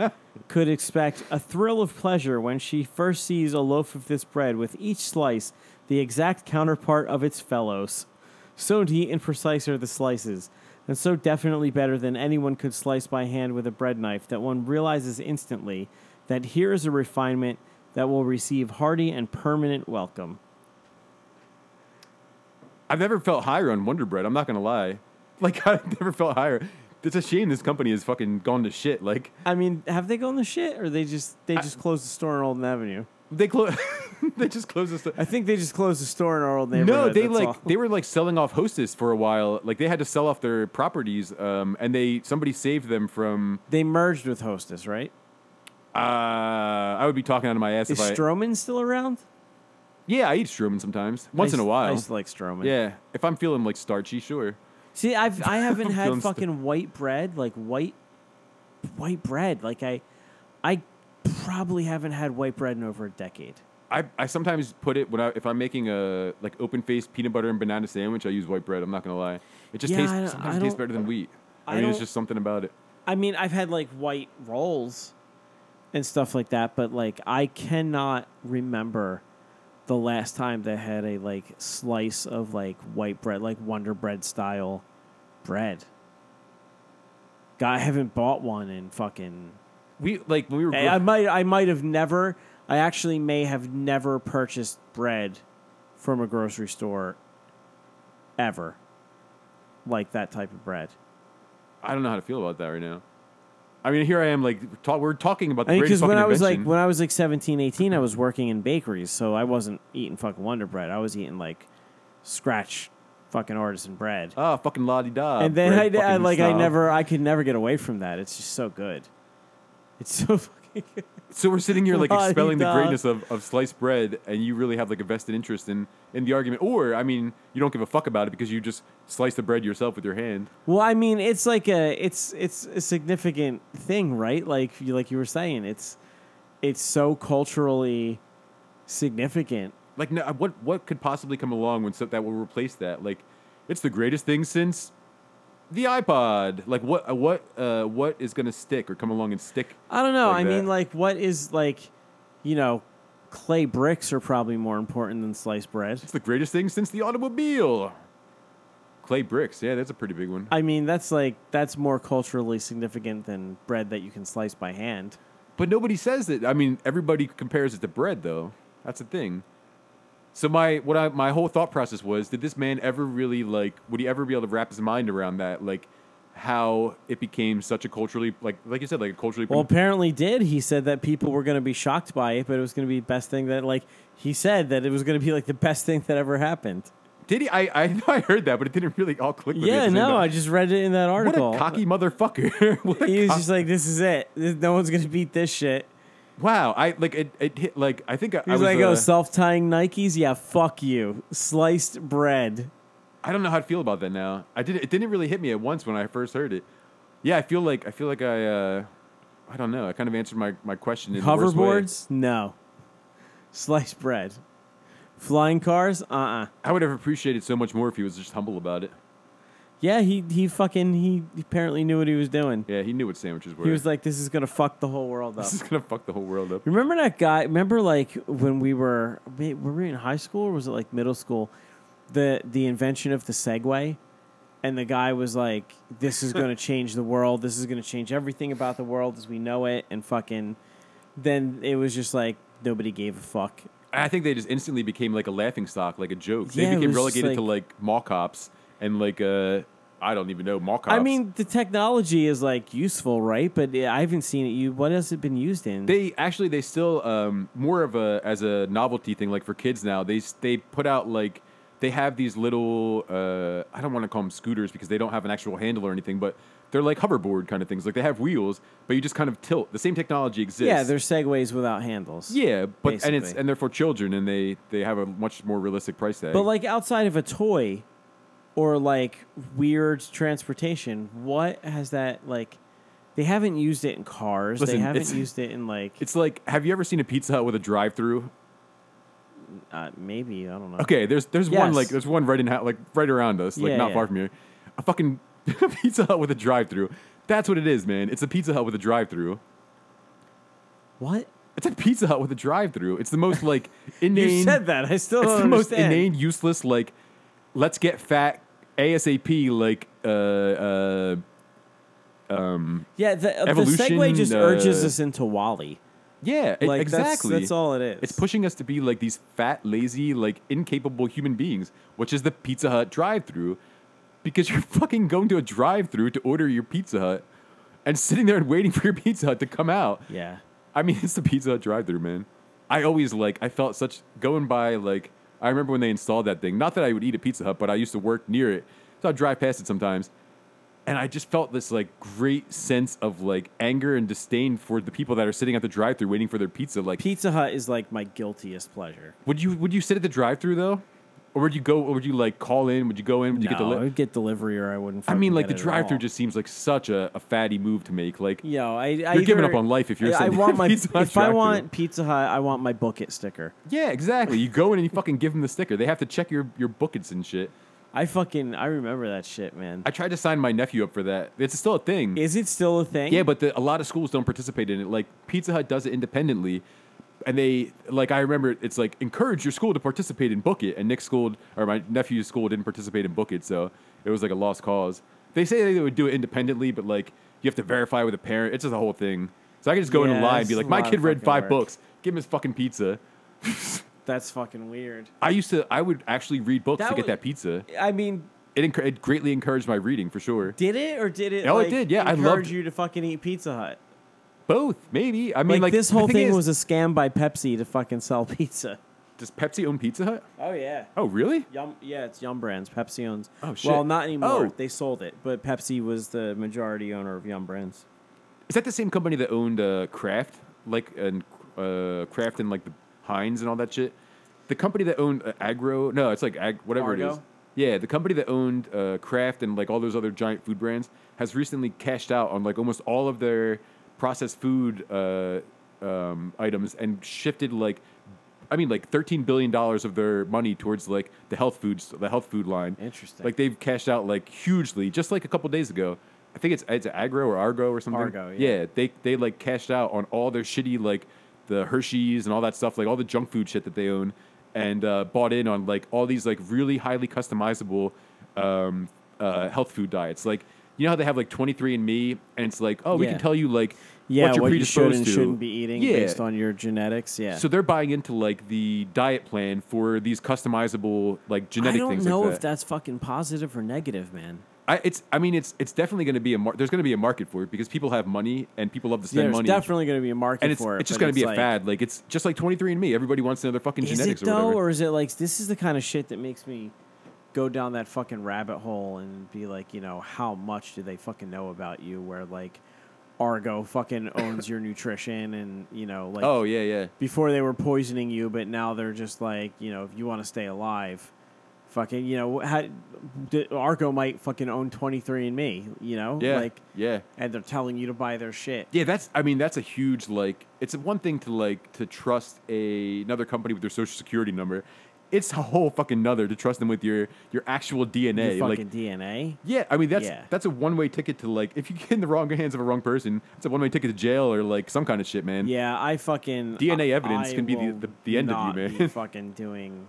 S1: could expect a thrill of pleasure when she first sees a loaf of this bread with each slice the exact counterpart of its fellows. So neat and precise are the slices, and so definitely better than anyone could slice by hand with a bread knife that one realizes instantly that here is a refinement that will receive hearty and permanent welcome.
S9: I've never felt higher on Wonder Bread. I'm not gonna lie. Like I've never felt higher. It's a shame this company has fucking gone to shit. Like
S1: I mean, have they gone to shit, or they just they just closed the store on Olden Avenue?
S9: they close. they just closed this.
S1: I think they just closed the store in our old neighborhood.
S9: No, they
S1: that's
S9: like
S1: all.
S9: they were like selling off Hostess for a while. Like they had to sell off their properties, um, and they somebody saved them from.
S1: they merged with Hostess, right?
S9: Uh, I would be talking out of my ass
S1: Is
S9: if I.
S1: Stroman still around?
S9: yeah, I eat Stroman sometimes, once
S1: I
S9: in a
S1: used- I
S9: while.
S1: used to like Stroman.
S9: yeah, if I'm feeling like starchy, sure.
S1: See, I've I haven't had
S9: Feeling stu-
S1: fucking white bread, like white white bread. Like I I probably haven't had white bread in over a decade.
S9: I, I sometimes put it when I if I'm making a like open faced peanut butter and banana sandwich, I use white bread. I'm not gonna lie, it just
S1: Yeah, I don't-
S9: tastes
S1: I
S9: sometimes tastes
S1: don't-
S9: better than wheat. I,
S1: I
S9: mean, it's
S1: don't-
S9: just something about it.
S1: I mean, I've had like white rolls and stuff like that, but like I cannot remember the last time that I had a like slice of like white bread, like Wonder Bread style bread. God, I haven't bought one in fucking.
S9: We like when we were.
S1: I,
S9: grow-
S1: I might, I might have never. I actually may have never purchased bread from a grocery store ever, like that type of bread.
S9: I don't know how to feel about that right now. I mean, here I am, like talk, we're talking about the
S1: I mean, because
S9: greatest fucking
S1: when I was like
S9: invention.
S1: when I was like 17, 18, I was working in bakeries, so I wasn't eating fucking Wonder Bread. I was eating like scratch fucking artisan bread.
S9: ah, fucking la di da.
S1: and then I, I like I never I could never get away from that. It's just so good. It's so fucking good.
S9: So we're sitting here like
S1: La-di-da.
S9: expelling the greatness of, of sliced bread, and you really have like a vested interest in in the argument, or I mean, you don't give a fuck about it because you just slice the bread yourself with your hand.
S1: Well, I mean, it's like a it's it's a significant thing, right? Like you like you were saying, it's it's so culturally significant.
S9: Like, no, what what could possibly come along when so, that will replace that? Like, it's the greatest thing since the iPod. Like, what what uh, what is gonna stick or come along and stick?
S1: I don't know.
S9: like
S1: I mean,
S9: that?
S1: like, what is like, you know, clay bricks are probably more important than sliced bread.
S9: It's the greatest thing since the automobile. Clay bricks. Yeah, that's a pretty big one.
S1: I mean, that's like that's more culturally significant than bread that you can slice by hand.
S9: But nobody says it. I mean, everybody compares it to bread, though. That's the thing. So my what I my whole thought process was: Did this man ever really like? Would he ever be able to wrap his mind around that? Like, how it became such a culturally like like you said, like a culturally.
S1: Well, apparently, did he said that people were going to be shocked by it, but it was going to be the best thing that like he said that it was going to be like the best thing that ever happened.
S9: did he? I I know I heard that, but it didn't really all click. With me at
S1: yeah,
S9: the same
S1: no,
S9: time.
S1: I just read it in that article.
S9: What a cocky motherfucker! What a
S1: he was
S9: cock-
S1: just like, "This is it. This- No one's going to beat this shit."
S9: wow! I like it. It hit like I think I, I
S1: He's
S9: was
S1: like,
S9: uh,
S1: "Oh, self tying Nikes? Yeah, fuck you. Sliced bread."
S9: I don't know how to feel about that now. I did it didn't really hit me at once when I first heard it. Yeah, I feel like I feel like I uh, I don't know. I kind of answered my, my question in the worst way.
S1: Hoverboards? No. Sliced bread. Flying cars? Uh uh
S9: I would have appreciated so much more if he was just humble about it.
S1: Yeah, he, he fucking, he apparently knew what he was doing.
S9: Yeah, he knew what sandwiches were.
S1: He was like, this is going to fuck the whole world up.
S9: this is gonna fuck the whole world up.
S1: Remember that guy? Remember like when we were, wait, were we in high school or was it like middle school? The, the invention of the Segway? And the guy was like, this is going to change the world. This is going to change everything about the world as we know it. And fucking, then it was just like, nobody gave a fuck.
S9: And I think they just instantly became like a laughing stock, like a joke.
S1: Yeah, it
S9: they became
S1: was just
S9: relegated to like mall cops and like uh I don't even know mall cops.
S1: I mean, the technology is like useful, right? But I haven't seen it. You, what has it been used in?
S9: they actually they still um, more of a as a novelty thing like for kids now they s- they put out like they have these little uh, i don't want to call them scooters because they don't have an actual handle or anything but they're like hoverboard kind of things like they have wheels but you just kind of tilt the same technology exists
S1: yeah, they're segways without handles.
S9: yeah but and it's
S1: basically.
S9: and they're for children and they they have a much more realistic price tag
S1: But like outside of a toy or like weird transportation, what has that like? They haven't used it in cars.
S9: Listen,
S1: they haven't
S9: it's-
S1: used it in like
S9: it's like have you ever seen a pizza hut with a drive through
S1: uh, maybe I don't know.
S9: Okay, there's there's one
S1: Yes.
S9: like there's one right in ha- like right around us, like
S1: Yeah,
S9: not
S1: yeah.
S9: far from here. A fucking Pizza Hut with a drive-through. That's what it is, man. It's a Pizza Hut with a drive-through.
S1: what
S9: It's a Pizza Hut with a drive-through. It's the most like inane.
S1: you said that? I still
S9: It's
S1: don't
S9: the most
S1: understand.
S9: inane, useless. Like, let's get fat ASAP. Like, uh, uh,
S1: Yeah, the, the
S9: Evolution,
S1: Segway just urges
S9: uh,
S1: us into Wally.
S9: yeah, e-
S1: Like that's-
S9: exactly.
S1: That's, all it is.
S9: It's pushing us to be like these fat, lazy, like incapable human beings, which is the Pizza Hut drive-through, because you're fucking going to a drive-through to order your Pizza Hut, and sitting there and waiting for your Pizza Hut to come out.
S1: Yeah.
S9: I mean, it's the Pizza Hut drive-through, man. I always like. I felt such going by like. I remember when they installed that thing. Not that I would eat a Pizza Hut, but I used to work near it, so I'd drive past it sometimes. And I just felt this like great sense of like anger and disdain for the people that are sitting at the drive-through waiting for their pizza. Like,
S1: Pizza Hut is like my guiltiest pleasure.
S9: would you would you sit at the drive-through though, or would you go? Or would you like call in? Would you go in? Would you get the?
S1: No, I
S9: Li-
S1: would get delivery or I wouldn't.
S9: I mean,
S1: fucking get
S9: like the
S1: it at
S9: drive-through
S1: all.
S9: just seems like such a, a fatty move to make. Like,
S1: Yo, I, I
S9: You're giving
S1: either-
S9: up on life if you're
S1: I, I
S9: sitting
S1: want
S9: at
S1: my
S9: Pizza Hut
S1: if I
S9: drive-thru.
S1: want Pizza Hut, I want my book it sticker.
S9: yeah, exactly. You go in and you fucking give them the sticker. They have to check your your bookets and shit.
S1: I fucking I remember that shit, man.
S9: I tried to sign my nephew up for that. It's still a thing.
S1: is it still a thing?
S9: Yeah, but the, a lot of schools don't participate in it. Like Pizza Hut does it independently, and they like I remember it's like encourage your school to participate in Book It, and Nick's school or my nephew's school didn't participate in Book It, so it was like a lost cause. They say they would do it independently, but like you have to verify with a parent. It's just a whole thing. So I could just go in
S1: Yeah,
S9: and lie and
S1: it's
S9: be like,
S1: a
S9: my
S1: lot
S9: kid
S1: of
S9: read
S1: fucking
S9: five
S1: work."
S9: books. Give him his fucking pizza.
S1: that's fucking weird.
S9: I used to. I would actually read books
S1: That
S9: to get
S1: would-
S9: that pizza.
S1: I mean,
S9: It, encour- it greatly encouraged my reading for sure.
S1: did it or did it?
S9: Oh, it
S1: like,
S9: did, yeah, I
S1: encourage
S9: loved-
S1: you to fucking eat Pizza Hut.
S9: Both, maybe. I mean,
S1: Like,
S9: like,
S1: this
S9: the
S1: whole thing
S9: is,
S1: was a scam by Pepsi to fucking sell pizza.
S9: Does Pepsi own Pizza Hut?
S1: Oh yeah.
S9: Oh, really?
S1: Yum, yeah, it's Yum Brands. Pepsi owns.
S9: Oh, shit.
S1: Well, not anymore.
S9: Oh.
S1: They sold it, but Pepsi was the majority owner of Yum Brands.
S9: Is that the same company that owned uh, Kraft, like and uh, Kraft and like the Heinz and all that shit? The company that owned uh, Agro, no, it's like Ag, whatever it is.
S1: Argo?
S9: Yeah, the company that owned uh, Kraft and like all those other giant food brands has recently cashed out on like almost all of their processed food uh, um, items and shifted like, I mean, like thirteen billion dollars of their money towards like the health foods, the health food line.
S1: Interesting.
S9: Like they've cashed out like hugely, just like a couple days ago. I think it's it's Agro or Argo or something something.
S1: Argo, yeah.
S9: they they like cashed out on all their shitty like the Hershey's and all that stuff, like all the junk food shit that they own, and uh, bought in on like all these like really highly customizable um, uh, health food diets. Like you know how they have like 23andMe, and it's like oh we
S1: Yeah.
S9: can tell you like
S1: Yeah,
S9: what you're
S1: what you should
S9: predisposed
S1: and
S9: to.
S1: shouldn't be eating
S9: Yeah.
S1: based on your genetics. Yeah.
S9: So they're buying into like the diet plan for these customizable like
S1: I
S9: genetic
S1: don't
S9: things.
S1: know
S9: like
S1: if that's fucking positive or negative, man.
S9: I, it's. I mean, it's. It's definitely going to be a. Mar- there's going to be a market for it because people have money and people love to
S1: Yeah,
S9: spend
S1: there's
S9: money.
S1: definitely going to be a market
S9: and it's,
S1: for it.
S9: it's just
S1: but
S9: going to be
S1: like,
S9: a fad. Like it's just like 23andMe. Everybody wants another fucking
S1: Is it
S9: genetics
S1: though,
S9: or whatever.
S1: or is it like this is the kind of shit that makes me go down that fucking rabbit hole and be like, you know, how much do they fucking know about you? Where like Argo fucking owns your nutrition, and you know, like
S9: oh yeah, yeah.
S1: before they were poisoning you, but now they're just like, you know, if you want to stay alive, fucking, you know, how, d- Argo might fucking own 23andMe, you know?
S9: Yeah,
S1: Like,
S9: yeah.
S1: And they're telling you to buy their shit.
S9: Yeah, that's. I mean, that's a huge like. It's one thing to like to trust a another company with their social security number. It's a whole fucking nother to trust them with your your actual DNA.
S1: Your
S9: like
S1: fucking DNA.
S9: Yeah, I mean that's
S1: Yeah.
S9: that's a one way ticket to like if you get in the wrong hands of a wrong person, it's a one way ticket to jail or like some kind of shit, man.
S1: Yeah, I fucking
S9: DNA
S1: I-
S9: evidence
S1: I
S9: can be the-
S1: will
S9: the- the end of you,
S1: not
S9: man.
S1: Be fucking doing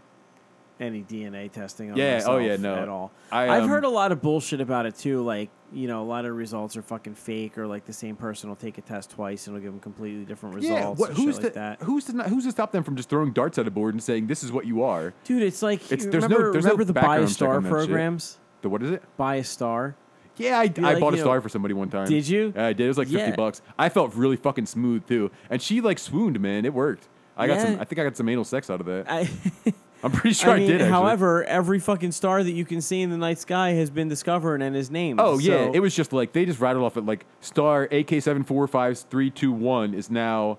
S1: any DNA testing on
S9: Yeah, oh,
S1: myself
S9: yeah, no.
S1: at all.
S9: I,
S1: I've
S9: um,
S1: heard a lot of bullshit about it too. Like you know, a lot of results are fucking fake, or like the same person will take a test twice and it'll give them completely different results.
S9: Yeah, what,
S1: and
S9: who's
S1: shit
S9: to,
S1: like that?
S9: who's to not- who's to stop them from just throwing darts at a board and saying this is what you are?
S1: Dude, it's like
S9: It's-
S1: you
S9: there's no-
S1: remember,
S9: there's no
S1: remember the
S9: background check on
S1: BioStar
S9: that shit.
S1: programs.
S9: The what is it?
S1: Buy a star.
S9: Yeah, I, I
S1: like,
S9: bought
S1: you know,
S9: a star for somebody one time.
S1: Did you?
S9: Yeah, I did. It was like
S1: Yeah.
S9: fifty bucks. I felt really fucking smooth too, and she like swooned, man. It worked. I got
S1: Yeah.
S9: some. I think I got some anal sex out of that. I,
S1: I,
S9: am pretty sure I,
S1: I mean,
S9: did. Actually.
S1: however, every fucking star that you can see in the night sky has been discovered and is named.
S9: oh yeah,
S1: So-
S9: it was just like they just rattled off at like star AK seven four five three two one is now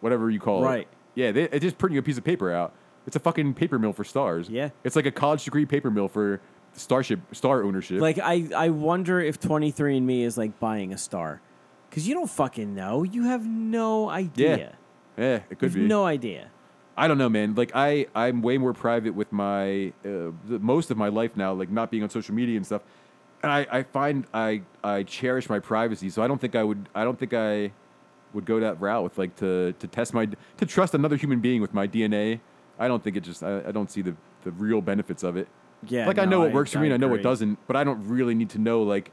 S9: whatever you call it.
S1: Right.
S9: Yeah, they, it's just printing a piece of paper out. It's a fucking paper mill for stars.
S1: Yeah.
S9: it's like a college degree paper mill for starship star ownership.
S1: Like I, I wonder if 23andMe is like buying a star, because you don't fucking know. You have no
S9: yeah,
S1: idea.
S9: yeah, it
S1: You
S9: could
S1: have
S9: be
S1: no idea.
S9: I don't know, man. Like I, I'm way more private with my uh, the, most of my life now, like not being on social media and stuff. And I, I find I, I cherish my privacy. So I don't think I would, I don't think I would go that route with like to, to test my, to trust another human being with my DNA. I don't think it just, I, I don't see the, the real benefits of it.
S1: Yeah,
S9: Like I
S1: no,
S9: know what
S1: I-
S9: works for me and I
S1: I
S9: know what
S1: agree.
S9: doesn't, but I don't really need to know like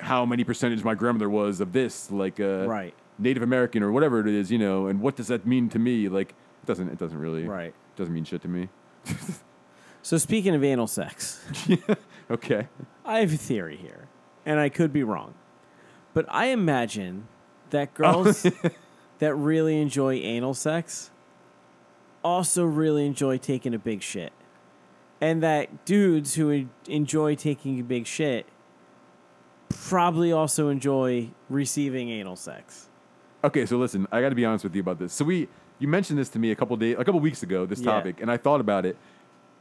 S9: how many percentage my grandmother was of this, like uh,
S1: Right.
S9: Native American or whatever it is, you know, and what does that mean to me? Like it doesn't it doesn't really
S1: Right.
S9: doesn't mean shit to me.
S1: So speaking of anal sex,
S9: Okay.
S1: I have a theory here, and I could be wrong, but I imagine
S9: Oh.
S1: that girls that really enjoy anal sex also really enjoy taking a big shit, and that dudes who en- enjoy taking a big shit probably also enjoy receiving anal sex.
S9: Okay, so listen, I got to be honest with you about this. So we you mentioned this to me a couple days a couple weeks ago this
S1: Yeah.
S9: topic and I thought about it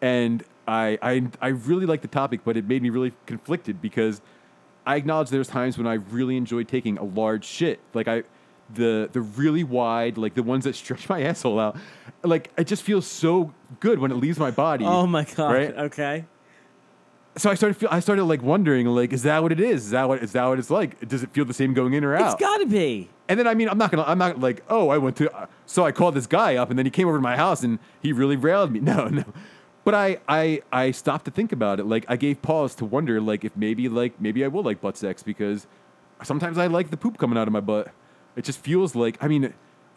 S9: and I I I really like the topic but it made me really conflicted because I acknowledge there's times when I really enjoy taking a large shit. Like I the the really wide like the ones that stretch my asshole out. Like it just feels so good when it leaves my body.
S1: Oh my god!
S9: Right?
S1: Okay.
S9: so I started feel, I started like wondering like is that what it is? Is that what is that what it's like? Does it feel the same going in or out?
S1: It's got to be.
S9: and then I mean I'm not gonna I'm not like oh I went to so I called this guy up and then he came over to my house and he really railed me. No no, but I I I stopped to think about it. Like I gave pause to wonder like if maybe like maybe I will like butt sex because sometimes I like the poop coming out of my butt. It just feels like I mean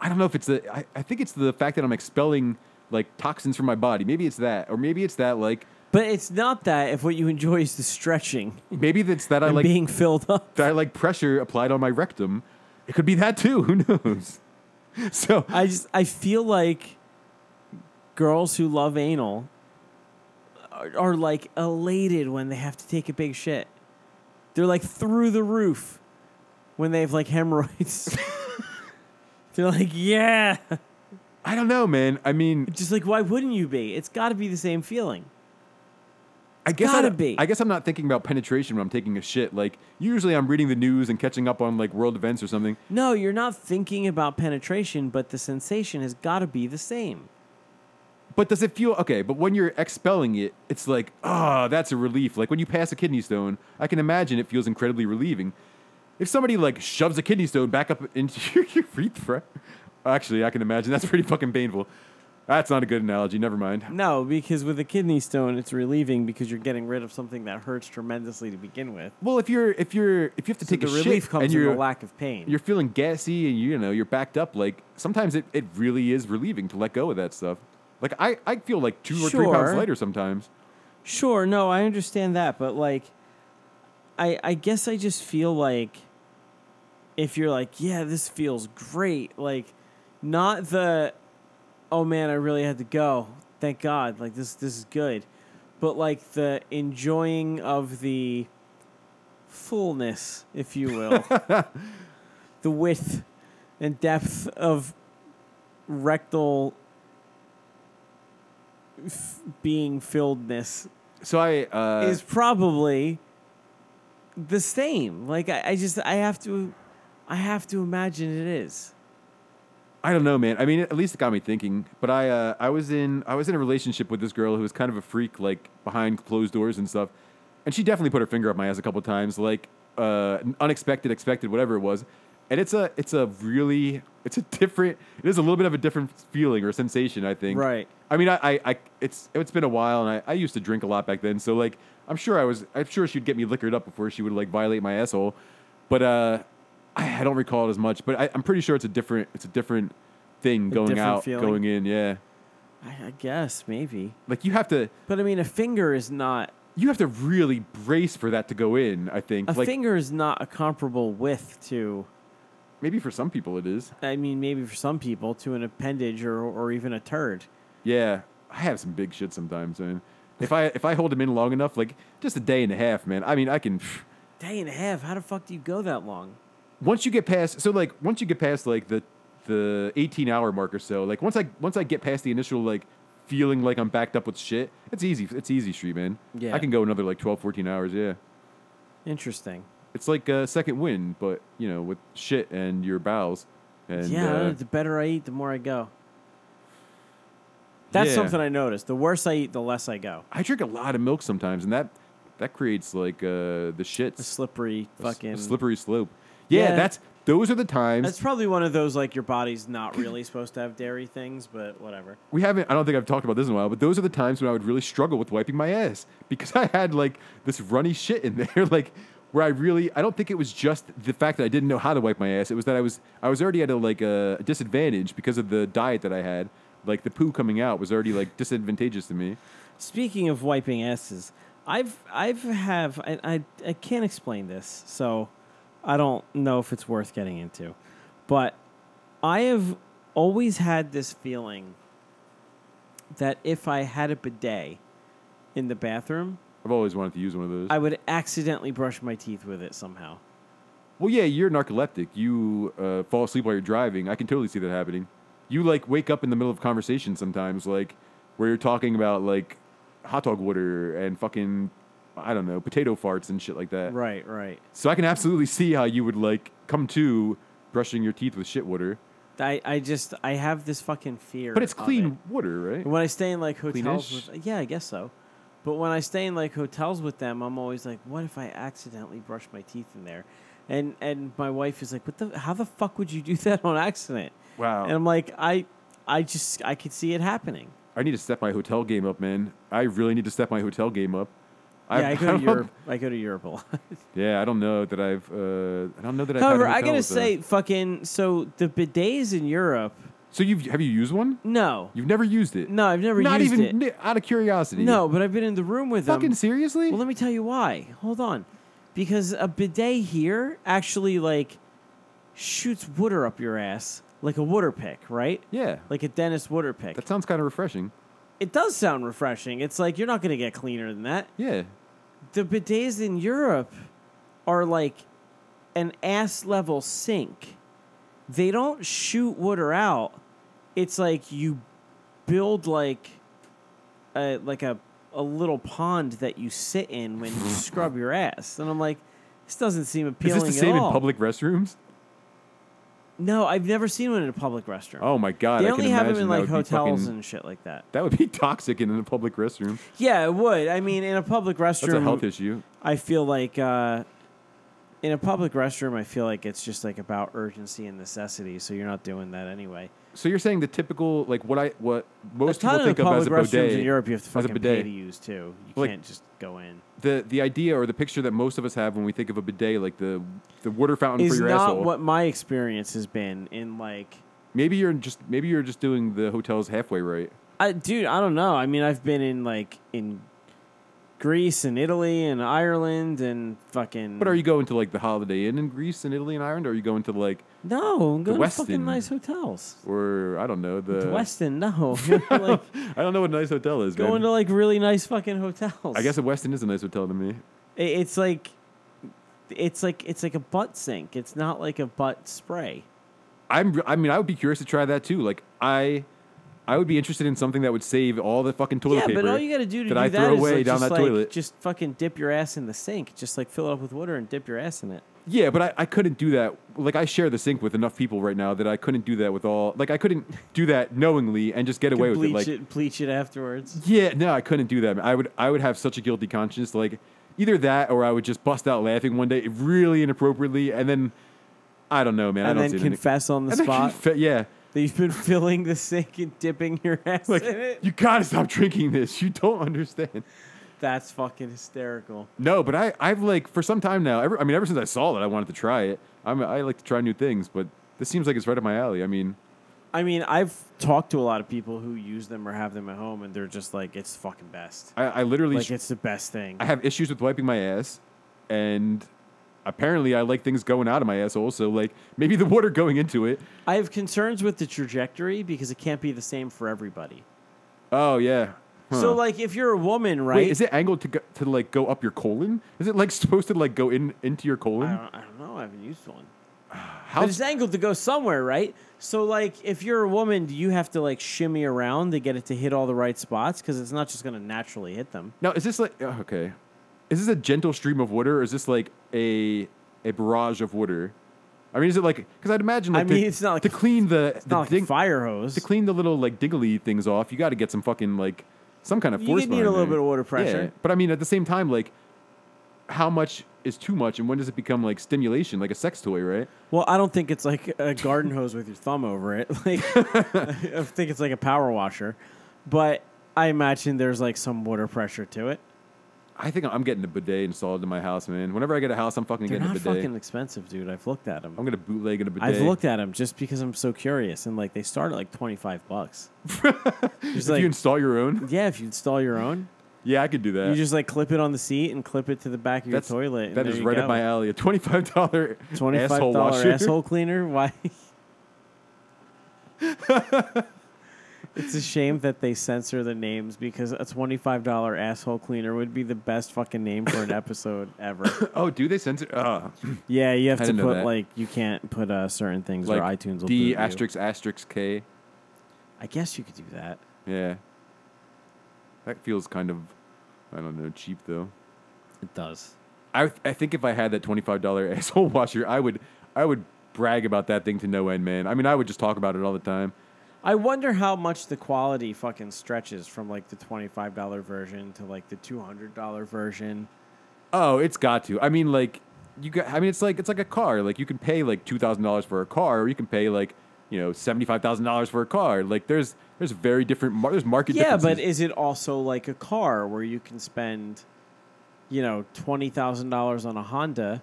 S9: I don't know if it's the I, I think it's the fact that I'm expelling like toxins from my body. Maybe it's that or maybe it's that like.
S1: But it's not that if what you enjoy is the stretching
S9: Maybe it's that I
S1: and
S9: like
S1: being filled up.
S9: that I like pressure applied on my rectum. It could be that too. Who knows? So
S1: I just I feel like girls who love anal are, are like elated when they have to take a big shit. They're like through the roof when they have like hemorrhoids. They're like, yeah.
S9: I don't know, man. I mean,
S1: Just like, why wouldn't you be? It's got to be the same feeling.
S9: I guess
S1: gotta
S9: I,
S1: be.
S9: I guess I'm not thinking about penetration when I'm taking a shit. Like usually, I'm reading the news and catching up on like world events or something.
S1: No, you're not thinking about penetration, but the sensation has got to be the same.
S9: But does it feel okay? But when you're expelling it, it's like, oh, that's a relief. Like when you pass a kidney stone, I can imagine it feels incredibly relieving. If somebody like shoves a kidney stone back up into your urethra, actually, I can imagine that's pretty fucking painful. That's not a good analogy. Never mind.
S1: No, because with a kidney stone, it's relieving because you're getting rid of something that hurts tremendously to begin with.
S9: Well, if you're if you're if you have to
S1: So
S9: take
S1: the
S9: a
S1: relief
S9: shit
S1: comes
S9: and
S1: in
S9: you're
S1: the lack of pain.
S9: you're feeling gassy and you know you're backed up, like sometimes it, it really is relieving to let go of that stuff. Like I, I feel like two or three pounds
S1: Sure.
S9: lighter sometimes.
S1: Sure, no, I understand that, but like, I I guess I just feel like if you're like, yeah, this feels great, like, not the, oh man, I really had to go, thank God, like this this is good, but like the enjoying of the fullness, if you will, the width and depth of rectal f- being filledness
S9: So I uh,
S1: is probably the same. Like I, I just I have to I have to imagine it is.
S9: I don't know, man. I mean, at least it got me thinking. But I, uh, I was in, I was in a relationship with this girl who was kind of a freak, like behind closed doors and stuff. And she definitely put her finger up my ass a couple times, like uh, unexpected, expected, whatever it was. And it's a, it's a really, it's a different. It is a little bit of a different feeling or sensation, I think.
S1: Right.
S9: I mean, I, I, I it's, it's been a while, and I, I used to drink a lot back then. So like, I'm sure I was, I'm sure she'd get me liquored up before she would like violate my asshole. But uh, I, I don't recall it as much. But I, I'm pretty sure it's a different, it's a different thing going
S1: different
S9: out,
S1: feeling.
S9: going in. Yeah,
S1: I, I guess maybe,
S9: like you have to.
S1: but I mean, a finger is not
S9: you have to really brace for that to go in. I think.
S1: A
S9: like
S1: finger is not a comparable width to.
S9: maybe for some people it is.
S1: I mean, maybe for some people, to an appendage or, or even a turd.
S9: Yeah, I have some big shit sometimes, man. If I if I hold them in long enough, like just a day and a half, man. I mean, I can.
S1: Day and a half. How the fuck do you go that long?
S9: once you get past so like once you get past like the the 18 hour mark or so like once i once i get past the initial like feeling like i'm backed up with shit it's easy it's easy street man
S1: Yeah.
S9: i can go another like 12 14 hours yeah
S1: Interesting.
S9: it's like a second wind but you know with shit and your bowels and
S1: yeah,
S9: uh,
S1: the better I eat, the more I go. That's
S9: Yeah.
S1: something I noticed. The worse I eat, the less I go.
S9: i drink a lot of milk sometimes and that that creates like uh the
S1: A
S9: shits
S1: slippery
S9: a s-
S1: fucking.
S9: a slippery slope yeah,
S1: Yeah.
S9: that's those are the times
S1: That's probably one of those like your body's not really supposed to have dairy things, but whatever.
S9: we haven't i don't think i've talked about this in a while but those are the times when i would really struggle with wiping my ass because i had like this runny shit in there like where i really i don't think it was just the fact that i didn't know how to wipe my ass it was that i was i was already at a like a disadvantage because of the diet that i had like the poo coming out was already like disadvantageous to me
S1: Speaking of wiping asses, I've I've have I I, I can't explain this, so I don't know if it's worth getting into. But I have always had this feeling that if I had a bidet in the bathroom,
S9: i've always wanted to use one of those
S1: I would accidentally brush my teeth with it somehow.
S9: well yeah you're narcoleptic you uh, fall asleep while you're driving i can totally see that happening you like wake up in the middle of conversation sometimes like where you're talking about like hot dog water and fucking i don't know potato farts and shit like that
S1: Right, right.
S9: so i can absolutely see how you would like come to brushing your teeth with shit water
S1: I, I just I have this fucking fear.
S9: but it's
S1: of
S9: clean
S1: it.
S9: water right
S1: When I stay in like hotels,
S9: Cleanish?
S1: with, yeah, I guess so. But when I stay in like hotels with them, I'm always like, what if I accidentally brush my teeth in there? And and my wife is like, what the? How the fuck would you do that on accident?
S9: Wow.
S1: And I'm like, I I just I could see it happening.
S9: i need to step my hotel game up man i really need to step my hotel game up
S1: yeah, I go
S9: don't-
S1: to Europe. I go to Europe a lot.
S9: yeah i don't know that i've uh, i don't know that i've had
S1: However, I gotta
S9: hotels, uh, though.
S1: say, fucking. So the bidets in Europe,
S9: so you've have you used one
S1: no,
S9: you've never used it
S1: no, I've never
S9: not
S1: used
S9: even
S1: it.
S9: ni- out of curiosity
S1: No, but I've been in the room with
S9: Fucking
S1: them.
S9: seriously?
S1: Well, let me tell you why. Hold on. Because a bidet here actually like shoots water up your ass like a water pick, right?
S9: yeah.
S1: Like a dentist water pick.
S9: that sounds kind of refreshing.
S1: it does sound refreshing. It's like you're not going to get cleaner than that.
S9: Yeah.
S1: The bidets in Europe are like an ass level sink. They don't shoot water out. It's like you build like a like a a little pond that you sit in when you scrub your ass. And I'm like, this doesn't seem
S9: Is
S1: appealing
S9: this the
S1: at
S9: same in
S1: all.
S9: public restrooms?
S1: No, I've never seen one in a public restroom.
S9: Oh my god!
S1: they
S9: I
S1: only
S9: can
S1: have them
S9: imagine
S1: in
S9: that
S1: like
S9: would be fucking-
S1: hotels and shit like that.
S9: that would be toxic in a public restroom.
S1: Yeah, it would. I mean, in a public restroom,
S9: That's a health issue.
S1: I feel like uh, in a public restroom, I feel like it's just like about urgency and necessity. So you're not doing that anyway.
S9: So you're saying the typical like what I what
S1: A
S9: most people
S1: ton of
S9: think
S1: the
S9: of as
S1: public
S9: a
S1: restrooms
S9: bidet
S1: in Europe, you have to
S9: as a
S1: fucking pay
S9: bidet.
S1: to use too. You
S9: Like- mm,
S1: can't just go in.
S9: The the idea or the picture that most of us have when we think of a bidet, like the the water fountain
S1: Is
S9: for your
S1: not
S9: asshole.
S1: what my experience has been in like.
S9: Maybe you're just maybe you're just doing the hotels halfway right.
S1: I, dude, I don't know. I mean, I've been in like in Greece and Italy and Ireland and fucking.
S9: But are you going to like the Holiday Inn in Greece and Italy and Ireland? Or are you going to like
S1: No, I'm going to
S9: Westin.
S1: fucking nice hotels.
S9: or I don't know the
S1: The Westin, no, like
S9: I don't know what a nice hotel is. man.
S1: going to like really nice fucking hotels.
S9: I guess a Westin is a nice hotel to me.
S1: I- It's like it's like it's like a butt sink. It's not like a butt spray.
S9: I'm. I mean, I would be curious to try that too. Like, I, I would be interested in something that would save all the fucking toilet
S1: yeah,
S9: paper.
S1: but all you got to do to
S9: that
S1: do
S9: I
S1: that
S9: throw
S1: is,
S9: away
S1: like,
S9: down
S1: just
S9: that
S1: like
S9: toilet.
S1: just fucking dip your ass in the sink. Just like fill it up with water and dip your ass in it.
S9: Yeah, but I, I couldn't do that. Like, I share the sink with enough people right now that I couldn't do that with all. Like, I couldn't do that knowingly and just get away with
S1: bleach
S9: it. Like,
S1: bleach it afterwards.
S9: yeah, no, I couldn't do that. I would. I would have such a guilty conscience. Like, either that or I would just bust out laughing one day, really inappropriately, and then I don't know, man. I
S1: And
S9: don't
S1: then
S9: see anything.
S1: confess on the
S9: And then
S1: spot
S9: confe- yeah.
S1: that you've been filling the sink and dipping your ass
S9: Like
S1: in it.
S9: you gotta stop drinking this. You don't understand.
S1: That's fucking hysterical.
S9: No, but I, I've like for some time now. Ever, I mean, ever since I saw that, I wanted to try it. I'm, I like to try new things, but this seems like it's right up my alley. I mean,
S1: I mean, I've talked to a lot of people who use them or have them at home, and they're just like, it's the fucking best.
S9: I, I literally
S1: Like, it's the best thing.
S9: I have issues with wiping my ass, and apparently I like things going out of my asshole. So like maybe the water going into it.
S1: I have concerns with the trajectory because it can't be the same for everybody.
S9: Oh yeah. Huh.
S1: So, like, if you're a woman, right?
S9: Wait, is it angled to go, to like go up your colon? Is it like supposed to like go in into your
S1: I
S9: colon?
S1: don't, I don't know. I haven't used one.
S9: How
S1: But it's angled to go somewhere, right? So, like, if you're a woman, do you have to like shimmy around to get it to hit all the right spots? Because it's not just going to naturally hit them.
S9: now is this like oh, okay? Is this a gentle stream of water or is this like a a barrage of water? I mean, is it like because I'd imagine
S1: I
S9: like
S1: mean,
S9: to,
S1: it's not like
S9: to
S1: a-
S9: clean the
S1: It's
S9: the
S1: not like
S9: ding-
S1: a fire hose.
S9: to clean the little like dingly things off, you got to get some fucking like some kind of
S1: You
S9: force.
S1: need a
S9: behind
S1: little
S9: there.
S1: bit of water pressure.
S9: Yeah, but I mean, at the same time, like how much is too much, and when does it become like stimulation, like a sex toy, right?
S1: Well, I don't think it's like a garden hose with your thumb over it. Like, I think it's like a power washer, but I imagine there's like some water pressure to it.
S9: I think I'm getting a bidet installed in my house, man. Whenever I get a house, I'm fucking
S1: They're
S9: getting
S1: not
S9: a bidet.
S1: fucking expensive, dude. I've looked at them.
S9: I'm gonna bootleg in a bidet.
S1: I've looked at them just because I'm so curious, and like they start at like twenty five bucks.
S9: If
S1: just like,
S9: you install your own,
S1: yeah, if you install your own,
S9: yeah, I could do that.
S1: you just like clip it on the seat and clip it to the back of your toilet. and
S9: That
S1: there
S9: is
S1: you
S9: right
S1: go.
S9: up my alley. A twenty-five dollar
S1: Twenty five
S9: asshole
S1: dollar
S9: washer.
S1: asshole cleaner. Why? it's a shame that they censor the names because a twenty five dollar asshole cleaner would be the best fucking name for an episode ever.
S9: Oh, do they censor? Uh,
S1: Yeah, you have
S9: I
S1: to
S9: didn't
S1: put
S9: know that.
S1: like you can't put uh, certain things
S9: like
S1: or iTunes will boot
S9: D
S1: you.
S9: asterisk asterisk K.
S1: I guess you could do that.
S9: Yeah. That feels kind of, I don't know, cheap though.
S1: It does.
S9: I I think if I had that twenty five dollar asshole washer, I would I would brag about that thing to no end, man. I mean, I would just talk about it all the time.
S1: I wonder how much the quality fucking stretches from like the twenty five dollar version to like the two hundred dollar version.
S9: Oh, it's got to. I mean, like you got. I mean, it's like it's like a car. Like you can pay like two thousand dollars for a car, or you can pay like you know seventy five thousand dollars for a car. Like there's there's very different. Mar- there's market.
S1: Yeah, but
S9: differences.
S1: is it also like a car where you can spend, you know, twenty thousand dollars on a Honda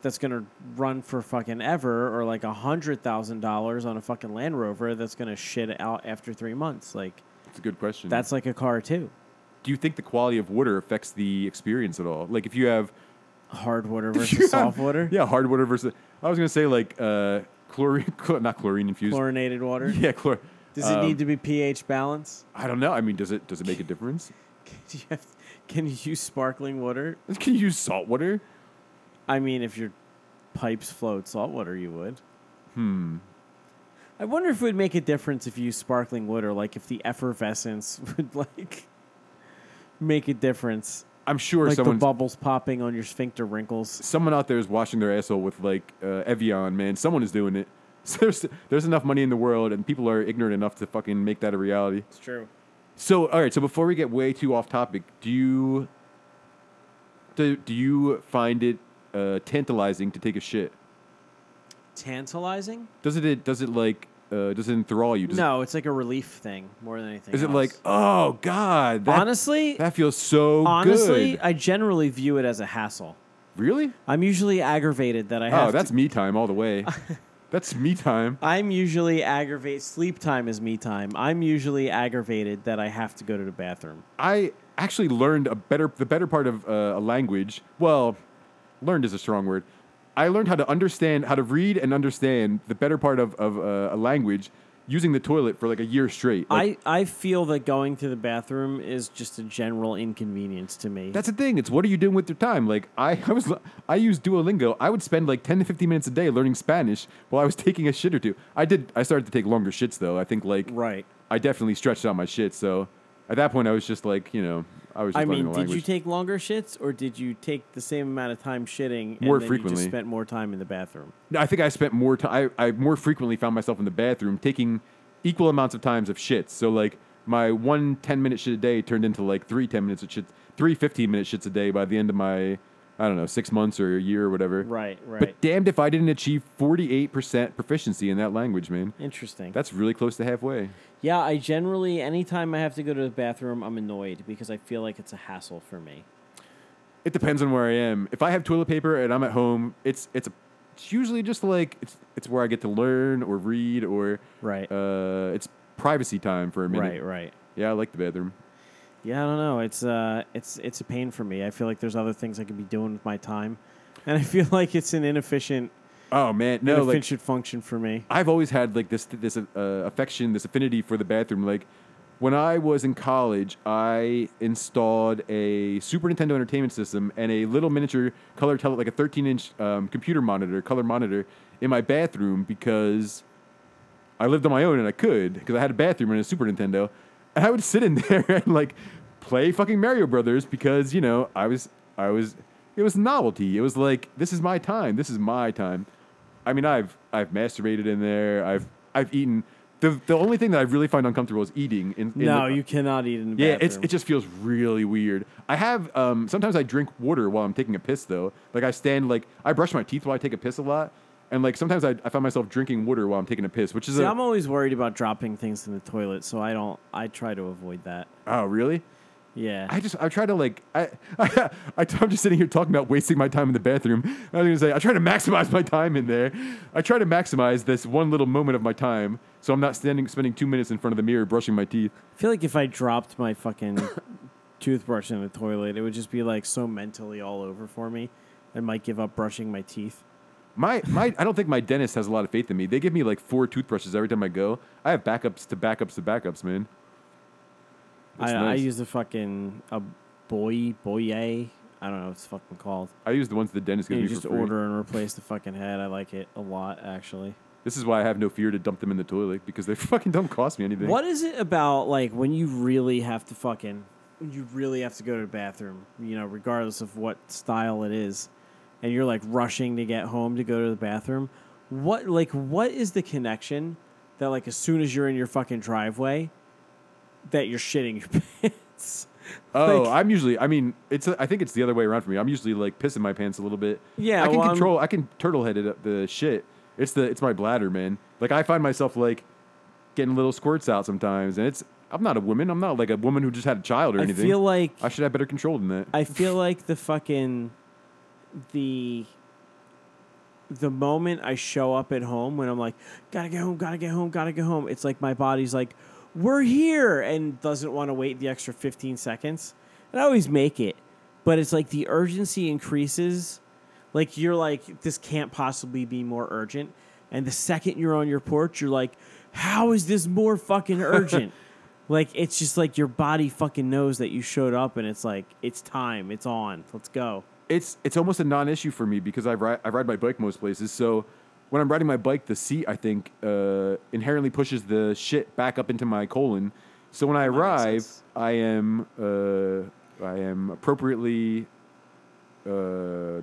S1: that's gonna run for fucking ever, or like a hundred thousand dollars on a fucking Land Rover that's gonna shit out after three months? Like
S9: it's a good question.
S1: that's like a car too.
S9: do you think the quality of water affects the experience at all? Like if you have
S1: Hard water versus soft water,
S9: yeah hard water versus I was gonna say like uh chlorine chlor- not chlorine infused
S1: chlorinated water.
S9: yeah Um, chlor
S1: Does it need to be pH balance?
S9: I don't know I mean does it does it make a difference
S1: Do you have- can you use sparkling water?
S9: can you use salt water
S1: I mean, if your pipes flowed salt water, you would. Hmm. I wonder if it would make a difference if you use sparkling water, like if the effervescence would like make a difference,
S9: I'm sure
S1: like the
S9: someone
S1: bubbles popping on your sphincter wrinkles.
S9: someone out there is washing their asshole with like uh, Evian man someone is doing it so there's there's enough money in the world and people are ignorant enough to fucking make that a reality
S1: It's true.
S9: So, all right. So, before we get way too off topic, do you do, do you find it uh, tantalizing to take a shit?
S1: Tantalizing?
S9: Does it does it like uh, does it enthrall you? Does
S1: no, it's like a relief thing more than anything.
S9: It, is it
S1: else.
S9: like oh god? That,
S1: honestly?
S9: that feels so
S1: honestly,
S9: good.
S1: I generally view it as a hassle.
S9: really?
S1: I'm usually aggravated that I have.
S9: Oh, that's
S1: to,
S9: me time all the way. that's me time.
S1: I'm usually aggravated. Sleep time is me time. I'm usually aggravated that I have to go to the bathroom.
S9: I actually learned a better the better part of uh, a language. Well, learned is a strong word. I learned how to understand how to read and understand the better part of of uh, a language using the toilet for like a year straight. Like,
S1: I, I feel that going to the bathroom is just a general inconvenience to me.
S9: that's the thing. It's what are you doing with your time? Like I, I was I used Duolingo. I would spend like ten to fifteen minutes a day learning Spanish while I was taking a shit or two. I did. I started to take longer shits though. I think like
S1: right.
S9: I definitely stretched out my shit. So at that point, I was just like you know I was. Just
S1: I
S9: learning
S1: mean,
S9: the
S1: did you
S9: language.
S1: take longer shits or did you take the same amount of time shitting and
S9: More
S1: then You
S9: frequently.
S1: just spent more time in the bathroom.
S9: No, I think I spent more time. I, I more frequently found myself in the bathroom taking equal amounts of times of shits. So like my one 10 minute shit a day turned into like three 10 minutes of shits, three 15 minute shits a day by the end of my I don't know six months or a year or whatever.
S1: Right, right.
S9: But damned if I didn't achieve 48 percent proficiency in that language, man.
S1: Interesting.
S9: That's really close to halfway.
S1: yeah, I generally, anytime I have to go to the bathroom, I'm annoyed because I feel like it's a hassle for me.
S9: It depends on where I am. If I have toilet paper and I'm at home, it's it's a it's usually just like it's it's where I get to learn or read or
S1: Right.
S9: Uh, it's privacy time for a
S1: Right,
S9: minute.
S1: right.
S9: Yeah, I like the bathroom.
S1: Yeah, I don't know. It's uh, it's it's a pain for me. I feel like there's other things I could be doing with my time, and I feel like it's an inefficient,
S9: Oh man, no, like
S1: inefficient function for me.
S9: I've always had like this this uh, affection, this affinity for the bathroom. Like when I was in college, I installed a Super Nintendo Entertainment System and a little miniature color tele, like a 13 inch um, computer monitor, color monitor, in my bathroom because I lived on my own and I could because I had a bathroom and a Super Nintendo, and I would sit in there and like play fucking Mario Brothers because you know I was I was it was novelty. It was like this is my time. This is my time. I mean I've I've masturbated in there. I've I've eaten. The the only thing that I really find uncomfortable is eating. In, in
S1: No,
S9: the,
S1: you cannot eat in the
S9: yeah,
S1: bathroom.
S9: it's, it just feels really weird. I have um, sometimes I drink water while I'm taking a piss though. Like I stand like I brush my teeth while I take a piss a lot, and like sometimes I, I find myself drinking water while I'm taking a piss, which is
S1: See,
S9: a,
S1: I'm always worried about dropping things in the toilet, so I don't. I try to avoid that.
S9: oh really?
S1: Yeah,
S9: I just I try to like I, I, I I'm just sitting here talking about wasting my time in the bathroom. I was gonna say I try to maximize my time in there. I try to maximize this one little moment of my time, so I'm not standing spending two minutes in front of the mirror brushing my teeth.
S1: I feel like if I dropped my fucking toothbrush in the toilet, it would just be like so mentally all over for me. I might give up brushing my teeth.
S9: My my I don't think my dentist has a lot of faith in me. They give me like four toothbrushes every time I go. I have backups to backups to backups, man.
S1: I,
S9: That's
S1: I
S9: nice.
S1: use the fucking a boy boye. I don't know what it's fucking called.
S9: I use the ones the dentist gives
S1: You
S9: me
S1: just
S9: for free.
S1: order and replace the fucking head. I like it a lot, actually.
S9: This is why I have no fear to dump them in the toilet because they fucking don't cost me anything.
S1: What is it about like when you really have to fucking when you really have to go to the bathroom, you know, regardless of what style it is, and you're like rushing to get home to go to the bathroom? What like what is the connection that like as soon as you're in your fucking driveway that you're shitting your pants?
S9: Oh,
S1: Like-
S9: I'm usually. I mean, it's. I think it's the other way around for me. I'm usually like pissing my pants a little bit.
S1: Yeah,
S9: I can
S1: well, I'm-
S9: control. I can turtle head it up the shit. It's the. It's my bladder, man. Like I find myself like getting little squirts out sometimes, and it's. I'm not a woman. I'm not like a woman who just had a child or
S1: I
S9: anything.
S1: feel like
S9: I should have better control than that.
S1: I feel like the fucking the the moment I show up at home when I'm like, gotta get home, gotta get home, gotta get home, it's like my body's like, we're here and doesn't want to wait the extra 15 seconds. And I always make it, but it's like the urgency increases. Like you're like, this can't possibly be more urgent. And the second you're on your porch, you're like, how is this more fucking urgent? Like it's just like your body fucking knows that you showed up, and it's like it's time, it's on, let's go.
S9: it's it's almost a non-issue for me because I ride I ride my bike most places. So when I'm riding my bike, the seat I think uh, inherently pushes the shit back up into my colon. So when I arrive,
S1: sense.
S9: I am uh, I am appropriately uh,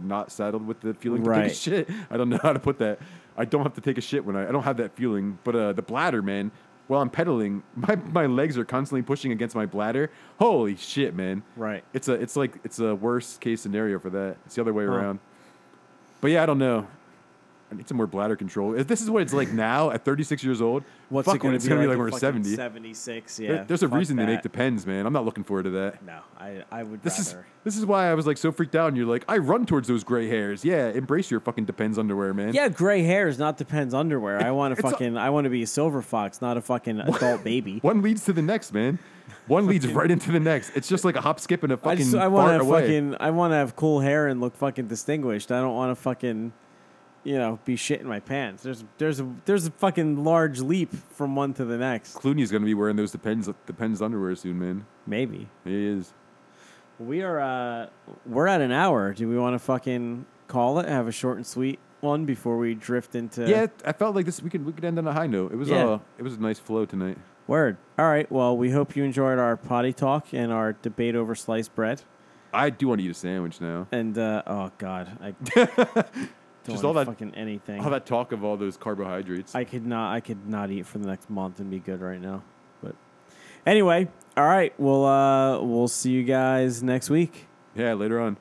S9: not saddled with the feeling to take
S1: Right.
S9: a shit. I don't know how to put that. I don't have to take a shit when I I don't have that feeling. But uh, the bladder, man. While I'm pedaling, my, my legs are constantly pushing against my bladder. Holy shit, man!
S1: Right.
S9: It's a it's like it's a worst case scenario for that. It's the other way around. But yeah, I don't know. I need some more bladder control. If this is what it's like now at 36 years old, fuck when it's gonna be like, when
S1: in
S9: we're 70.
S1: Seventy six. Yeah.
S9: There- There's a
S1: fuck
S9: reason they make
S1: that.
S9: the pens, man. I'm not looking forward to that.
S1: No, I I would
S9: This is
S1: rather.
S9: this is why I was like so freaked out. And you're like, I run towards those gray hairs. Yeah, embrace your fucking depends underwear, man.
S1: yeah, gray hair is not depends underwear. I want to
S9: it's a-
S1: fucking I want to be a silver fox, not a fucking adult baby.
S9: One leads to the next, man. One leads right into the next. It's just like a hop, skip, and a
S1: I
S9: fucking
S1: just I want to
S9: fart
S1: have
S9: away.
S1: fucking I want to have cool hair and look fucking distinguished. I don't want to fucking you know be shit in my pants. There's there's a there's a fucking large leap from one to the next.
S9: Clooney's gonna be wearing those depends depends underwear soon, man.
S1: Maybe.
S9: He is.
S1: We are uh we're at an hour. Do we want to fucking call it? Have a short and sweet one before we drift into
S9: Yeah, I felt like this. We could we could end on a high note. It was
S1: Yeah.
S9: uh, it was a nice flow tonight.
S1: word. All right. Well, we hope you enjoyed our potty talk and our debate over sliced bread.
S9: I do want to eat a sandwich now.
S1: And uh, oh god, I don't
S9: Just
S1: want
S9: all that-
S1: fucking anything.
S9: All that talk of all those carbohydrates.
S1: I could not. I could not eat for the next month and be good right now. But anyway, all right. We'll uh, we'll see you guys next week.
S9: yeah, later on.